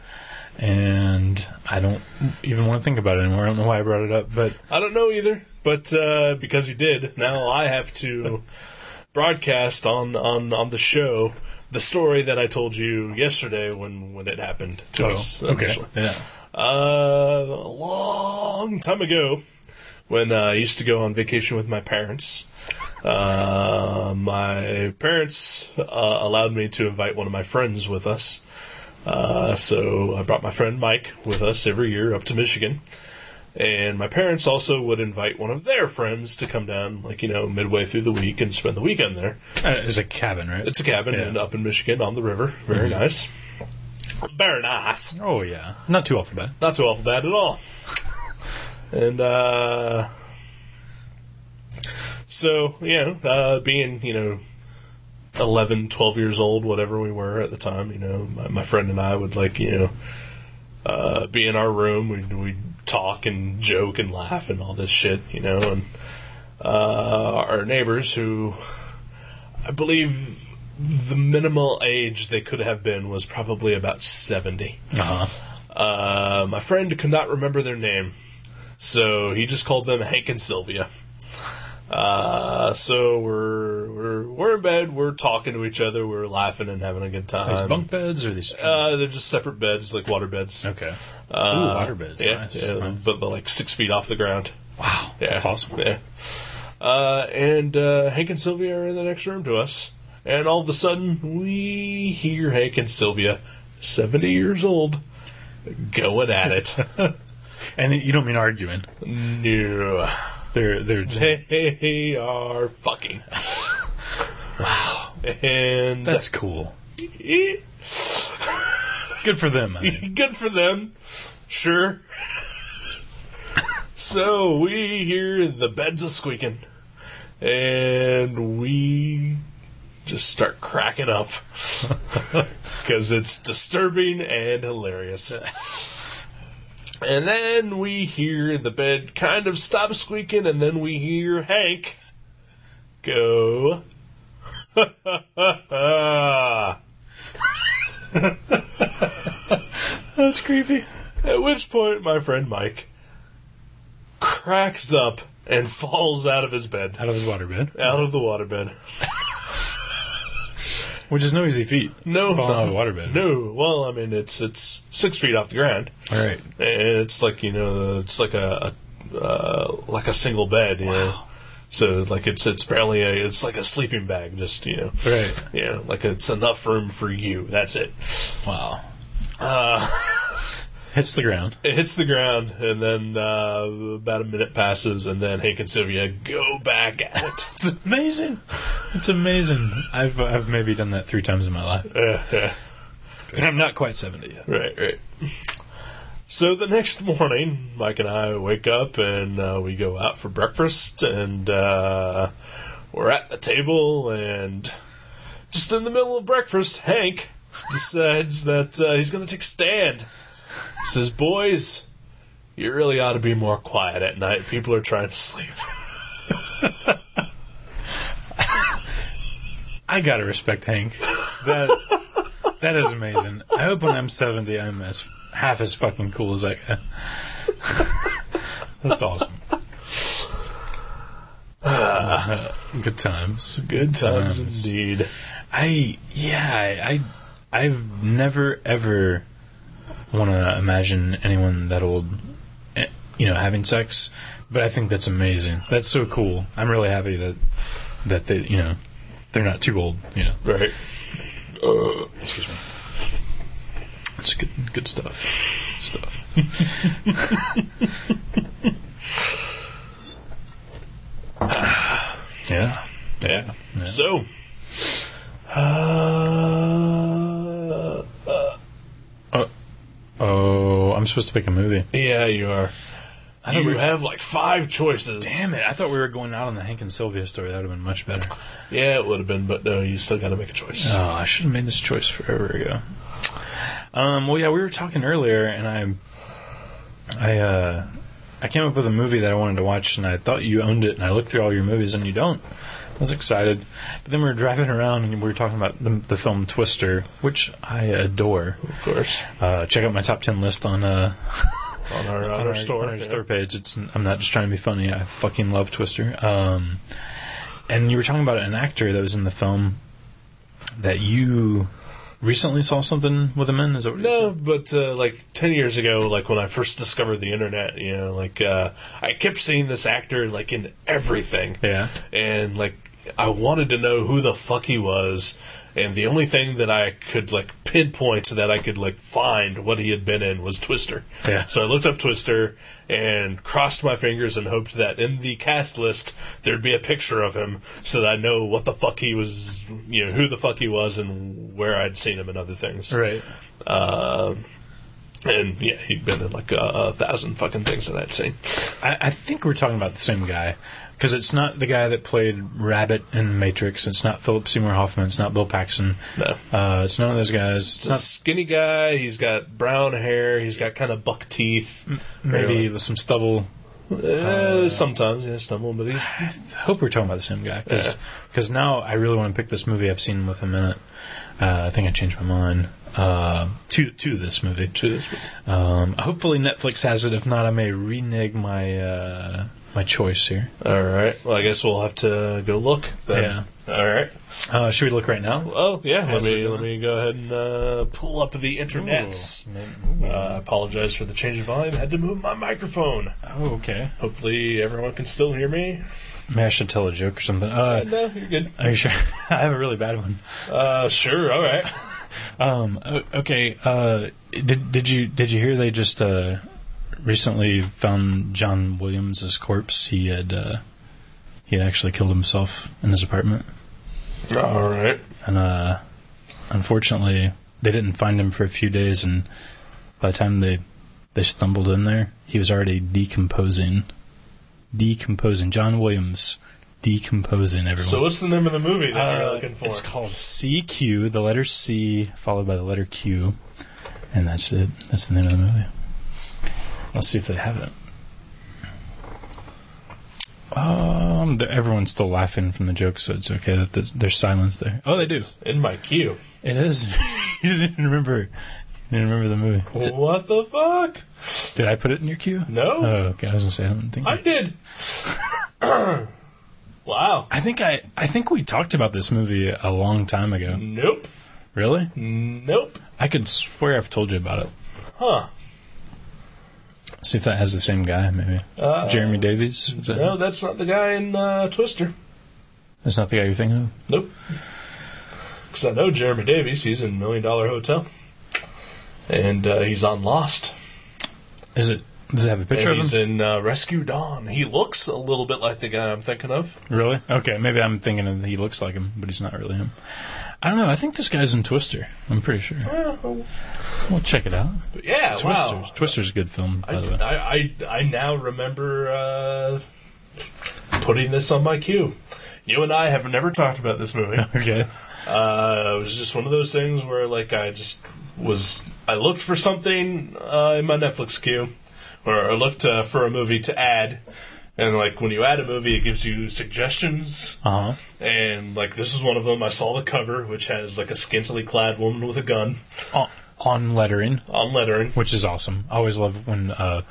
Speaker 2: and I don't even want to think about it anymore. I don't know why I brought it up, but
Speaker 1: I don't know either, but uh, because you did, now I have to broadcast on, on, on the show the story that I told you yesterday when, when it happened to us. initially.
Speaker 2: oh, yeah,
Speaker 1: Uh, a long time ago, when uh, I used to go on vacation with my parents, uh, my parents uh, allowed me to invite one of my friends with us. Uh, so I brought my friend Mike with us every year up to Michigan. And my parents also would invite one of their friends to come down, like, you know, midway through the week and spend the weekend there.
Speaker 2: Uh, it was a cabin, right?
Speaker 1: It's a cabin
Speaker 2: Yeah.
Speaker 1: and up in Michigan on the river. Very nice. Very nice
Speaker 2: oh yeah, not too off the bat.
Speaker 1: not too awful bad at all. And uh, so you know, uh, being you know, 11, 12 years old, whatever we were at the time, you know, my, my friend and I would like you know, uh, be in our room. We'd we'd talk and joke and laugh and all this shit, you know, and uh, our neighbors who, I believe. The minimal age they could have been was probably about 70.
Speaker 2: Uh huh.
Speaker 1: Uh, my friend could not remember their name, so he just called them Hank and Sylvia. Uh, so we're we're we're in bed. We're talking to each other. We're laughing and having a good time.
Speaker 2: These bunk beds or these?
Speaker 1: Um, Uh, they're just separate beds, like water beds.
Speaker 2: okay.
Speaker 1: Uh,
Speaker 2: Ooh, water beds.
Speaker 1: Yeah,
Speaker 2: nice.
Speaker 1: yeah,
Speaker 2: Wow.
Speaker 1: but they're like six feet off the ground.
Speaker 2: Wow,
Speaker 1: Yeah,
Speaker 2: that's awesome.
Speaker 1: Yeah. Uh, and uh, Hank and Sylvia are in the next room to us. And all of a sudden, we hear Hank and Sylvia, 70 years old, going at it. *laughs*
Speaker 2: And you don't mean arguing.
Speaker 1: no.
Speaker 2: They're
Speaker 1: *laughs*
Speaker 2: they're
Speaker 1: They are fucking. *laughs* wow. And
Speaker 2: that's cool.
Speaker 1: Eh,
Speaker 2: Good for them. I mean.
Speaker 1: *laughs* good for them. Sure. so we hear the beds a squeaking. And we just start cracking up. Because it's disturbing and hilarious. And then we hear the bed kind of stop squeaking, and then we hear Hank go. *laughs*
Speaker 2: That's creepy.
Speaker 1: At which point, my friend Mike cracks up and *laughs* falls out of his bed,
Speaker 2: Out of his waterbed,
Speaker 1: out of the waterbed.
Speaker 2: which is no easy feat.
Speaker 1: No,
Speaker 2: Falling out of the waterbed.
Speaker 1: No, well, I mean it's it's six feet off the ground,
Speaker 2: All right.
Speaker 1: and it's like you know it's like a, a uh, like a single bed, you know.
Speaker 2: Wow.
Speaker 1: So like it's it's barely a it's like a sleeping bag, just you know,
Speaker 2: Right.
Speaker 1: yeah, like it's enough room for you. That's it.
Speaker 2: Wow.
Speaker 1: Uh, *laughs*
Speaker 2: Hits the ground.
Speaker 1: It hits the ground, and then uh, about a minute passes, and then Hank and Sylvia go back at it.
Speaker 2: It's amazing. It's amazing. I've I've maybe done that three times in my life,
Speaker 1: Yeah, yeah.
Speaker 2: and I'm not quite seventy yet.
Speaker 1: Right, right. So the next morning, Mike and I wake up and uh, we go out for breakfast, and uh, we're at the table, and just in the middle of breakfast, Hank decides that uh, he's going to take a stand. He says, "Boys, you really ought to be more quiet at night. People are trying to sleep." *laughs*
Speaker 2: I gotta respect Hank. That that is amazing. I hope when I'm seventy, I'm as half as fucking cool as I can. *laughs*
Speaker 1: *sighs*
Speaker 2: That's awesome. good times.
Speaker 1: Good times indeed.
Speaker 2: I yeah I, I I've never ever want to imagine anyone that old, eh, you know, having sex. But I think that's amazing. That's so cool. I'm really happy that that they you know they're not too old. You know,
Speaker 1: Right.
Speaker 2: excuse me. It's good good stuff. Stuff. *laughs* *sighs* yeah.
Speaker 1: Yeah. So, uh,
Speaker 2: Oh, I'm supposed to pick a movie.
Speaker 1: yeah, you are.
Speaker 2: I
Speaker 1: You have like five choices.
Speaker 2: Damn it! I thought we were going out on the Hank and Sylvia story. That would have been much better.
Speaker 1: Yeah, it would have been, but no, you still got to make a choice.
Speaker 2: Oh, I should have made this choice forever ago. Um, well, yeah, we were talking earlier, and I, I, uh, I came up with a movie that I wanted to watch, and I thought you owned it, and I looked through all your movies, and you don't. I was excited, but then we were driving around, and we were talking about the, the film Twister, which I adore.
Speaker 1: Of course,
Speaker 2: Uh, check out my top ten list on uh,
Speaker 1: on our on,
Speaker 2: on
Speaker 1: our, store,
Speaker 2: on our
Speaker 1: yeah.
Speaker 2: store page. It's I'm not just trying to be funny. I fucking love Twister. Um, and you were talking about an actor that was in the film that you recently saw something with him in. Is that what
Speaker 1: No,
Speaker 2: you said?
Speaker 1: but uh, like ten years ago, like when I first discovered the internet, you know, like uh, I kept seeing this actor like in everything.
Speaker 2: Yeah.
Speaker 1: and like I wanted to know who the fuck he was, and the only thing that I could like pinpoint so that I could like find what he had been in was Twister.
Speaker 2: Yeah.
Speaker 1: So I looked up Twister and crossed my fingers and hoped that in the cast list there'd be a picture of him so that I know what the fuck he was, you know, who the fuck he was and where I'd seen him and other things.
Speaker 2: Right.
Speaker 1: Uh, and yeah, he'd been in like a, a thousand fucking things that I'd seen.
Speaker 2: I, I think we're talking about the same guy because it's not the guy that played Rabbit in Matrix. It's not Philip Seymour Hoffman. It's not Bill Paxton.
Speaker 1: No.
Speaker 2: Uh, it's none of those guys. It's
Speaker 1: He's a
Speaker 2: not
Speaker 1: skinny guy. He's got brown hair. He's got kind of buck teeth.
Speaker 2: maybe some stubble.
Speaker 1: Uh, sometimes yeah, stumble, but he's
Speaker 2: I th- hope we're talking about the same guy
Speaker 1: Yeah.
Speaker 2: because now I really want to pick this movie I've seen with him in it. Uh, I think I changed my mind uh, to to this movie.
Speaker 1: to this.
Speaker 2: Um, hopefully Netflix has it. If not, I may renege my uh, my choice here.
Speaker 1: All right. Well, I guess we'll have to go look. Then. Yeah. All right.
Speaker 2: Uh, should we look right now?
Speaker 1: Well, yeah.
Speaker 2: Yes,
Speaker 1: Let me
Speaker 2: we're
Speaker 1: let
Speaker 2: doing
Speaker 1: me go ahead and uh, pull up the internets. Uh, I apologize for the change of volume. Had to move my microphone.
Speaker 2: oh, okay.
Speaker 1: Hopefully, everyone can still hear me.
Speaker 2: Maybe I should tell a joke or something. Uh,
Speaker 1: no, you're good.
Speaker 2: are you sure? *laughs* I have a really bad one.
Speaker 1: Uh, sure. All right.
Speaker 2: Um, o- okay. Uh, did did you did you hear they just uh, recently found John Williams' corpse? He had uh, he had actually killed himself in his apartment,
Speaker 1: *laughs* All right.
Speaker 2: and uh, unfortunately, they didn't find him for a few days. And by the time they they stumbled in there, he was already decomposing, decomposing. John Williams decomposing. Everyone.
Speaker 1: So what's the name of the movie that
Speaker 2: Uh,
Speaker 1: we're looking for?
Speaker 2: It's called CQ, the letter C followed by the letter Q. And that's it. That's the name of the movie. Let's see if they have it. Um, the- everyone's still laughing from the joke, so it's okay that there's, there's silence there. Oh, they do.
Speaker 1: in my queue.
Speaker 2: It is. *laughs* you didn't even remember. You didn't remember the movie. Did,
Speaker 1: What the fuck?
Speaker 2: did I put it in your queue? Oh,
Speaker 1: No,
Speaker 2: okay. I was gonna say I don't think.
Speaker 1: I
Speaker 2: I,
Speaker 1: did. *coughs* wow.
Speaker 2: I think I. I think we talked about this movie a long time ago.
Speaker 1: Nope.
Speaker 2: Really?
Speaker 1: Nope.
Speaker 2: I could swear I've told you about it.
Speaker 1: Huh.
Speaker 2: See if that has the same guy, maybe.
Speaker 1: Uh,
Speaker 2: Jeremy Davies? Is that-
Speaker 1: No, that's not the guy in uh, Twister.
Speaker 2: That's not the guy you're thinking of?
Speaker 1: Nope. Because I know Jeremy Davies. He's in Million Dollar Hotel, and uh, he's on Lost.
Speaker 2: Is it? Does it have a picture
Speaker 1: And
Speaker 2: of
Speaker 1: he's
Speaker 2: him?
Speaker 1: in uh, Rescue Dawn. He looks a little bit like the guy I'm thinking of.
Speaker 2: Really? Okay, maybe I'm thinking of, he looks like him, but he's not really him. I don't know. I think this guy's in Twister. I'm pretty sure. We'll check it out.
Speaker 1: But yeah,
Speaker 2: Twister.
Speaker 1: Uh-huh. wow.
Speaker 2: Twister's a good film,
Speaker 1: I,
Speaker 2: by the way.
Speaker 1: I, I, I now remember uh, putting this on my queue. You and I have never talked about this movie.
Speaker 2: *laughs* Okay.
Speaker 1: uh, it was just one of those things where, like, I just was. I looked for something uh, in my Netflix queue, or I looked uh, for a movie to add. And, like, when you add a movie, it gives you suggestions.
Speaker 2: Uh huh.
Speaker 1: And, like, this is one of them. I saw the cover, which has, like, a scantily clad woman with a gun
Speaker 2: on lettering,
Speaker 1: on lettering.
Speaker 2: which is awesome. I always love when uh,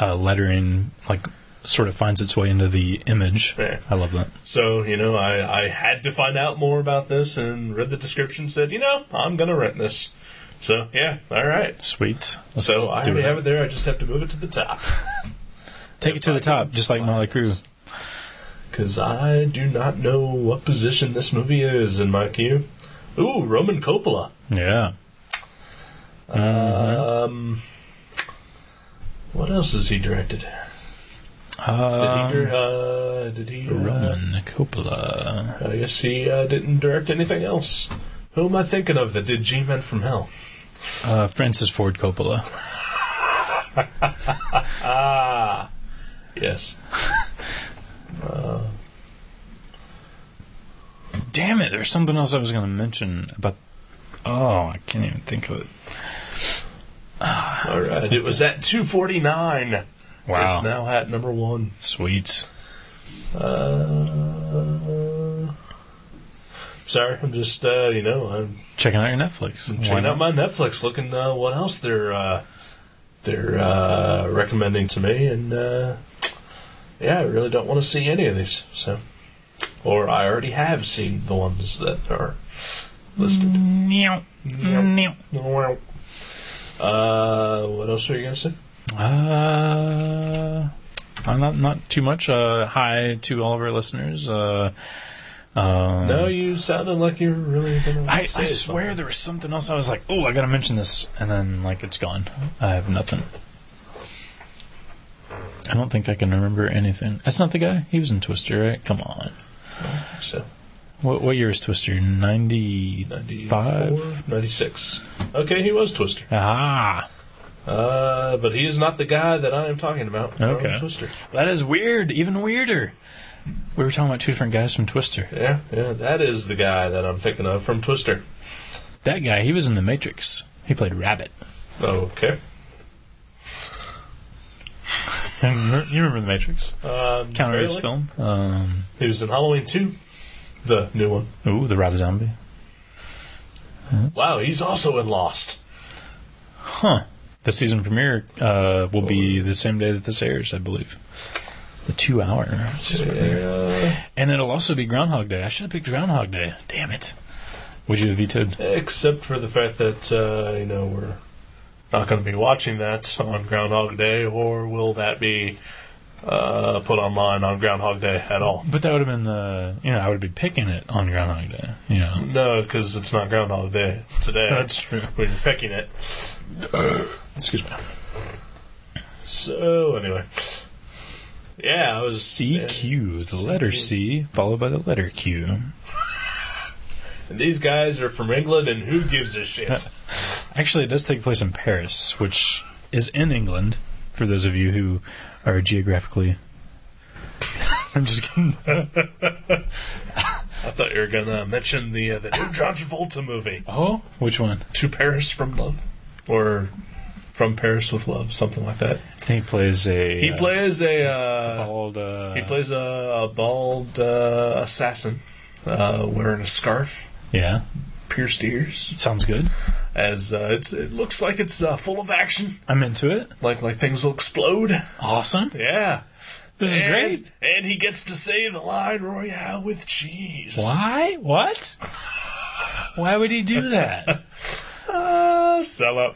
Speaker 2: uh, lettering, like, sort of finds its way into the image.
Speaker 1: Yeah.
Speaker 2: I love that.
Speaker 1: So, you know, I, I had to find out more about this and read the description said, you know, I'm going to rent this. So, yeah, all right.
Speaker 2: Sweet. Let's
Speaker 1: So I
Speaker 2: do
Speaker 1: already
Speaker 2: it.
Speaker 1: have it there. I just have to move it to the top.
Speaker 2: Take it to the top, just like Molly Crew.
Speaker 1: Because I do not know what position this movie is in my queue. Ooh, Roman Coppola.
Speaker 2: Yeah.
Speaker 1: Um, what else has he directed? Did
Speaker 2: Uh,
Speaker 1: he? dir- Uh, did he? uh,
Speaker 2: Roman Coppola.
Speaker 1: I guess he uh, didn't direct anything else. Who am I thinking of that did G-Men from Hell?
Speaker 2: Uh, Francis Ford Coppola.
Speaker 1: Yes.
Speaker 2: Damn it, there's something else I was going to mention about. Oh, I can't even think of it.
Speaker 1: All right. It was at 249. It's now at number one.
Speaker 2: Sweet.
Speaker 1: Uh, sorry, I'm just uh, you know I'm
Speaker 2: Checking out your Netflix. Why
Speaker 1: checking
Speaker 2: not?
Speaker 1: out my Netflix, looking uh, what else they're uh, they're uh, recommending to me, and uh, yeah, I really don't want to see any of these. So, or I already have seen the ones that are listed.
Speaker 2: Meow. Meow. Mm.
Speaker 1: Uh, what else were you gonna say?
Speaker 2: Uh, I'm not, not too much. Uh, hi to all of our listeners. Uh, um,
Speaker 1: No, you sounded like you're really gonna.
Speaker 2: I,
Speaker 1: say
Speaker 2: I swear
Speaker 1: something.
Speaker 2: there was something else I was like, oh, I gotta mention this, and then, like, it's gone. I have nothing. I don't think I can remember anything. That's not the guy? He was in Twister, right? Come on.
Speaker 1: So.
Speaker 2: What, what year was Twister? 95?
Speaker 1: 94, 96. Okay, he was Twister.
Speaker 2: Ah,
Speaker 1: Uh, but he is not the guy that I am talking about. from
Speaker 2: Okay.
Speaker 1: Twister.
Speaker 2: that is weird. Even weirder. We were talking about two different guys from Twister.
Speaker 1: Yeah, yeah, that is the guy that I'm thinking of from Twister.
Speaker 2: That guy, he was in The Matrix. He played Rabbit.
Speaker 1: Okay.
Speaker 2: *laughs* you remember The Matrix?
Speaker 1: Um,
Speaker 2: Keanu Reeves
Speaker 1: barely.
Speaker 2: film. Um,
Speaker 1: He was in Halloween 2, the new one.
Speaker 2: ooh, The Rob Zombie.
Speaker 1: Wow, he's also in Lost.
Speaker 2: Huh. The season premiere uh, will be the same day that this airs, I believe. The two hour.
Speaker 1: Uh,
Speaker 2: And it'll also be Groundhog Day. I should have picked Groundhog Day. Damn it. Would you have vetoed?
Speaker 1: except for the fact that, uh, you know, we're not going to be watching that on Groundhog Day, or will that be uh, put online on Groundhog Day at all.
Speaker 2: But that would have been the you know I would be picking it on Groundhog Day. You know,
Speaker 1: No, because it's not Groundhog Day it's today.
Speaker 2: true.
Speaker 1: when you're picking it.
Speaker 2: Excuse me.
Speaker 1: So anyway, yeah, I was
Speaker 2: CQ, the letter C followed by the letter Q.
Speaker 1: And these guys are from England, and who gives a
Speaker 2: *laughs*
Speaker 1: shit?
Speaker 2: Actually, it does take place in Paris, which is in England. For those of you who are geographically, *laughs* I'm just kidding.
Speaker 1: I thought you were gonna mention the uh, the new John Travolta movie,
Speaker 2: Oh, which one?
Speaker 1: To Paris from Love, or From Paris with Love, something like that.
Speaker 2: He plays a.
Speaker 1: He
Speaker 2: uh,
Speaker 1: plays a uh,
Speaker 2: bald. Uh,
Speaker 1: he plays a, a bald uh, assassin uh, wearing a scarf,
Speaker 2: Yeah,
Speaker 1: pierced ears.
Speaker 2: sounds good.
Speaker 1: As uh, it's it looks like it's uh, full of action,
Speaker 2: I'm into it.
Speaker 1: like like things will explode.
Speaker 2: Awesome.
Speaker 1: Yeah.
Speaker 2: This is
Speaker 1: and,
Speaker 2: great.
Speaker 1: And he gets to say the line Royale with cheese.
Speaker 2: Why? What? Why would he do that?
Speaker 1: *laughs* Uh, sell up.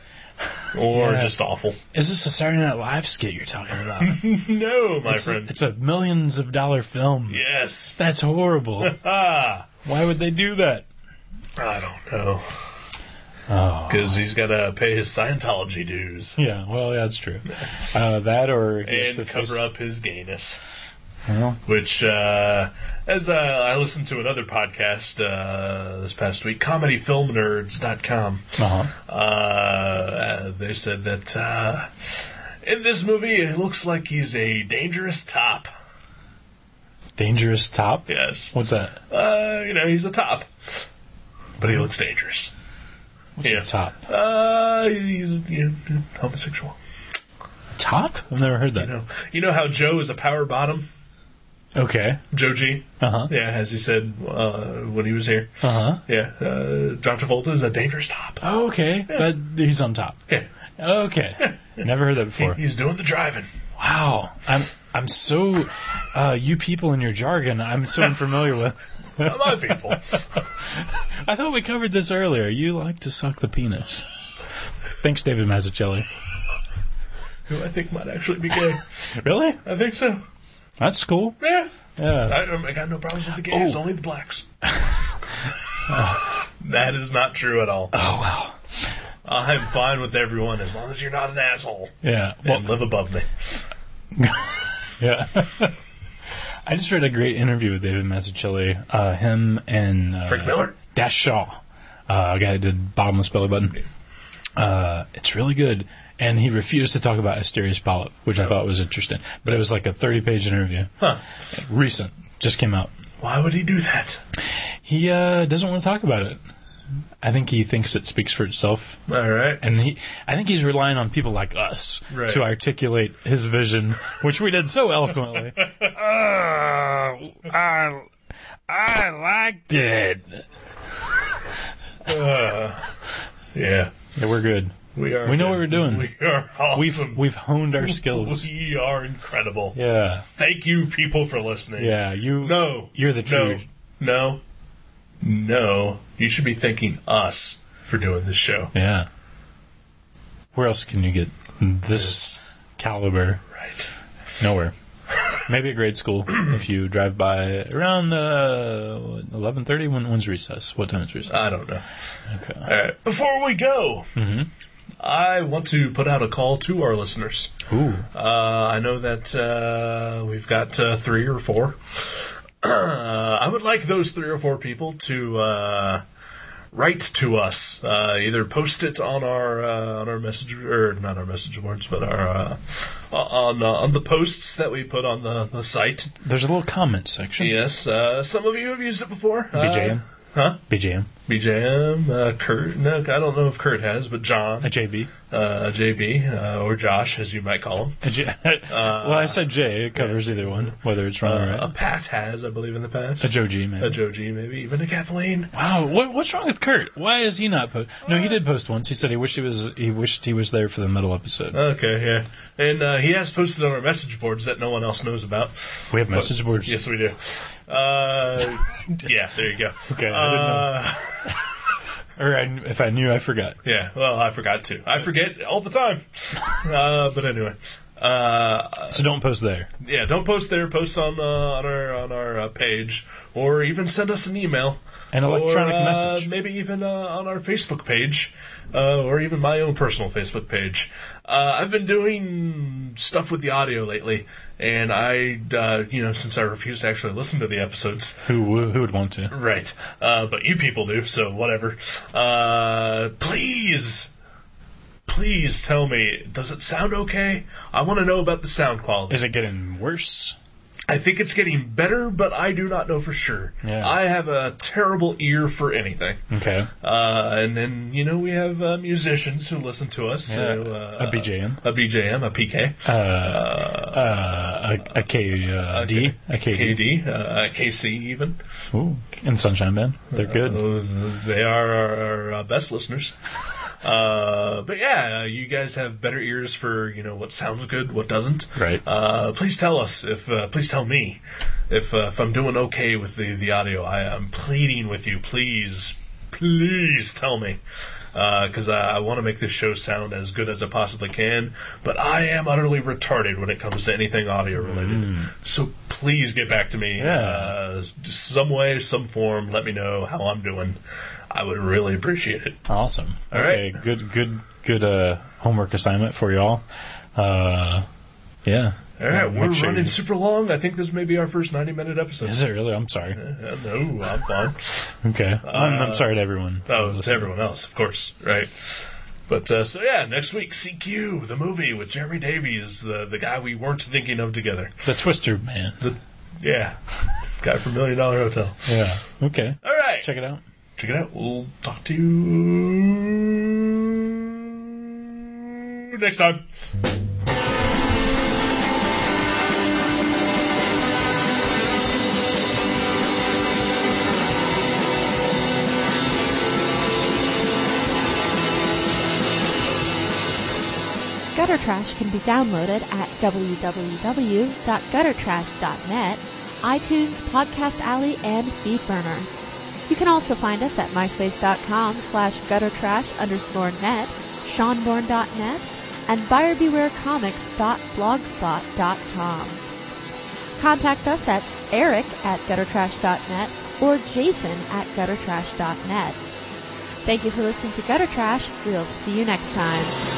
Speaker 1: Or
Speaker 2: Yeah.
Speaker 1: just awful.
Speaker 2: Is this a Saturday Night Live skit you're talking about?
Speaker 1: *laughs* No, my friend.
Speaker 2: it's a millions of dollar film.
Speaker 1: yes.
Speaker 2: That's horrible.
Speaker 1: *laughs* Ah.
Speaker 2: Why would they do that?
Speaker 1: I don't know.
Speaker 2: Oh.
Speaker 1: Because he's got to pay his Scientology dues
Speaker 2: Yeah, well, yeah, that's true. Uh, that or he has
Speaker 1: and
Speaker 2: to
Speaker 1: cover
Speaker 2: face-
Speaker 1: up his gayness.
Speaker 2: Well,
Speaker 1: Which, uh, as uh, I listened to another podcast uh, this past week, comedyfilmnerds.com.
Speaker 2: uh-huh.
Speaker 1: Uh, they said that uh, in this movie, it looks like he's a dangerous top.
Speaker 2: Dangerous top.
Speaker 1: Yes,
Speaker 2: What's that?
Speaker 1: uh, you know he's a top, but he looks dangerous.
Speaker 2: What's
Speaker 1: Yeah.
Speaker 2: a top?
Speaker 1: Uh, he's you know, homosexual.
Speaker 2: Top? I've never heard that.
Speaker 1: You know, you know how Joe is a power bottom.
Speaker 2: Okay.
Speaker 1: Joe G.
Speaker 2: Uh huh.
Speaker 1: Yeah, as he said uh, when he was here.
Speaker 2: Uh huh.
Speaker 1: Yeah, uh, John Travolta is a dangerous top.
Speaker 2: Okay. That, he's on top.
Speaker 1: Yeah,
Speaker 2: Okay. Never heard that
Speaker 1: he, *laughs*
Speaker 2: before.
Speaker 1: he's doing the driving.
Speaker 2: Wow, I'm I'm so uh, you people and your jargon. I'm so unfamiliar with.
Speaker 1: My
Speaker 2: *laughs*
Speaker 1: people.
Speaker 2: I thought we covered this earlier. You like to suck the penis. Thanks, David Mazzucchelli.
Speaker 1: Who I think might actually be gay.
Speaker 2: Really?
Speaker 1: I think so.
Speaker 2: That's cool.
Speaker 1: Yeah.
Speaker 2: Yeah.
Speaker 1: I, um, I got no problems with the gays,
Speaker 2: Oh.
Speaker 1: only the
Speaker 2: *laughs*
Speaker 1: blacks. that is not true at all.
Speaker 2: Oh wow.
Speaker 1: I'm fine with everyone as long as you're not an asshole
Speaker 2: Yeah. Well,
Speaker 1: and live above me.
Speaker 2: yeah. I just read a great interview with David Mazzucchelli. Uh, him and uh,
Speaker 1: Frank Miller?
Speaker 2: Dash Shaw, uh, a guy that did Bottomless Belly Button. Uh, it's really good. And he refused to talk about Asterius polyp, which I thought was interesting. But it was like a 30 page interview.
Speaker 1: Oh. Huh.
Speaker 2: Recent. Just came out.
Speaker 1: Why would he do that?
Speaker 2: He uh, doesn't want to talk about it. I think he thinks it speaks for itself.
Speaker 1: All right.
Speaker 2: And he, I think he's relying on people like us
Speaker 1: Right.
Speaker 2: to articulate his vision, which we did so eloquently. *laughs* Oh, I, I liked it.
Speaker 1: yeah.
Speaker 2: Yeah, we're good.
Speaker 1: We are.
Speaker 2: We know what
Speaker 1: good.
Speaker 2: we're doing.
Speaker 1: We are awesome.
Speaker 2: We've we've honed our skills.
Speaker 1: We are incredible.
Speaker 2: Yeah,
Speaker 1: Thank you, people, for listening.
Speaker 2: yeah. You
Speaker 1: No.
Speaker 2: You're the true.
Speaker 1: No. No. No. You should be thanking us for doing this show.
Speaker 2: Yeah. Where else can you get this caliber?
Speaker 1: Right.
Speaker 2: *laughs* Nowhere. Maybe at grade school if you drive by around uh, eleven thirty. When when's recess? What time is recess?
Speaker 1: I don't know.
Speaker 2: Okay. Mm-hmm.
Speaker 1: All right. Before we go, I want to put out a call to our listeners.
Speaker 2: Ooh.
Speaker 1: Uh, I know that uh, we've got uh, three or four. *clears throat* uh, I would like those three or four people to uh, write to us, uh, either post it on our uh, on our message or not our message boards, but our uh, on uh, on the posts that we put on the, the site.
Speaker 2: There's a little comment section.
Speaker 1: Yes, uh, some of you have used it before.
Speaker 2: BJM.
Speaker 1: Uh, huh?
Speaker 2: BJM.
Speaker 1: BJM, uh, Kurt. No, I don't know if Kurt has, but John,
Speaker 2: A JB.
Speaker 1: uh, JB, uh, or Josh, as you might call him.
Speaker 2: A J- *laughs* well, I said J. It covers either one, whether it's wrong or
Speaker 1: Uh, a
Speaker 2: right.
Speaker 1: Pat has, I believe, in the past.
Speaker 2: A Joe G, man.
Speaker 1: A Joji, maybe even a Kathleen.
Speaker 2: Wow, what, what's wrong with Kurt? Why is he not post? No, he did post once. He said he wished he was he wished he was there for the middle episode.
Speaker 1: Okay, yeah. And uh, he has posted on our message boards that no one else knows about.
Speaker 2: we have message boards.
Speaker 1: Yes, we do. Uh, *laughs* yeah, there you go.
Speaker 2: *laughs* Okay, I didn't know.
Speaker 1: Uh,
Speaker 2: Or I, if I knew, I forgot.
Speaker 1: yeah, well, I forgot to. I forget all the time. *laughs* Uh, but anyway. Uh,
Speaker 2: So don't post there.
Speaker 1: yeah, don't post there. Post on uh, on our on our uh, page, or even send us an email,
Speaker 2: An electronic
Speaker 1: or, uh,
Speaker 2: message.
Speaker 1: maybe even uh, on our Facebook page, uh, or even my own personal Facebook page. Uh, I've been doing stuff with the audio lately, and I, uh, you know, since I refuse to actually listen to the episodes,
Speaker 2: Who wou- who would want to?
Speaker 1: Right. Uh, but you people do, so whatever. Uh, please, please tell me, does it sound okay? I want to know about the sound quality.
Speaker 2: Is it getting worse?
Speaker 1: I think it's getting better, but I do not know for sure.
Speaker 2: Yeah. Hmm.
Speaker 1: I have a terrible ear for anything.
Speaker 2: Okay.
Speaker 1: Uh, and then, you know, we have uh, musicians who listen to us. so,
Speaker 2: Yeah,
Speaker 1: uh,
Speaker 2: a BJM.
Speaker 1: A BJM, a PK.
Speaker 2: Uh, uh, a, a K, uh, D, a KD.
Speaker 1: KD, uh, KC even.
Speaker 2: Ooh, and Sunshine Band. They're good.
Speaker 1: Uh, They are our, our uh, best listeners. Uh, but yeah, uh, you guys have better ears for you know what sounds good, what doesn't.
Speaker 2: Right.
Speaker 1: Uh, please tell us if uh, please tell me if uh, if I'm doing okay with the the audio. I, I'm pleading with you, please, please tell me. Because I, I want to make this show sound as good as I possibly can, but I am utterly retarded when it comes to anything audio related. So please get back to me
Speaker 2: Mm. Yeah.
Speaker 1: uh, some way, some form. Let me know how I'm doing. I would really appreciate it.
Speaker 2: Awesome.
Speaker 1: All
Speaker 2: okay,
Speaker 1: right.
Speaker 2: Good, good, good, uh, homework assignment for y'all. Uh, yeah.
Speaker 1: All right,
Speaker 2: Make
Speaker 1: we're
Speaker 2: sure
Speaker 1: running
Speaker 2: you-
Speaker 1: super long. I think this may be our first 90 minute episode.
Speaker 2: Is it really? I'm sorry.
Speaker 1: Uh, no, I'm fine.
Speaker 2: Okay. I'm, I'm sorry to everyone.
Speaker 1: *laughs* Oh, to
Speaker 2: Listen.
Speaker 1: everyone else, of course, right? But uh, so yeah, next week CQ the movie with Jeremy Davies, the the guy we weren't thinking of together.
Speaker 2: The Twister Man.
Speaker 1: Yeah, guy from Million Dollar Hotel.
Speaker 2: Yeah. Okay.
Speaker 1: All right,
Speaker 2: Check it out.
Speaker 1: check it out. We'll talk to you next time.
Speaker 4: Gutter Trash can be downloaded at www.guttertrash.net, iTunes, Podcast Alley, and Feedburner. You can also find us at myspace.com slash guttertrash underscore net, seanborn.net, and buyerbewarecomics.blogspot.com. Contact us at eric at guttertrash.net or jason at guttertrash.net. Thank you for listening to Gutter Trash. We'll see you next time.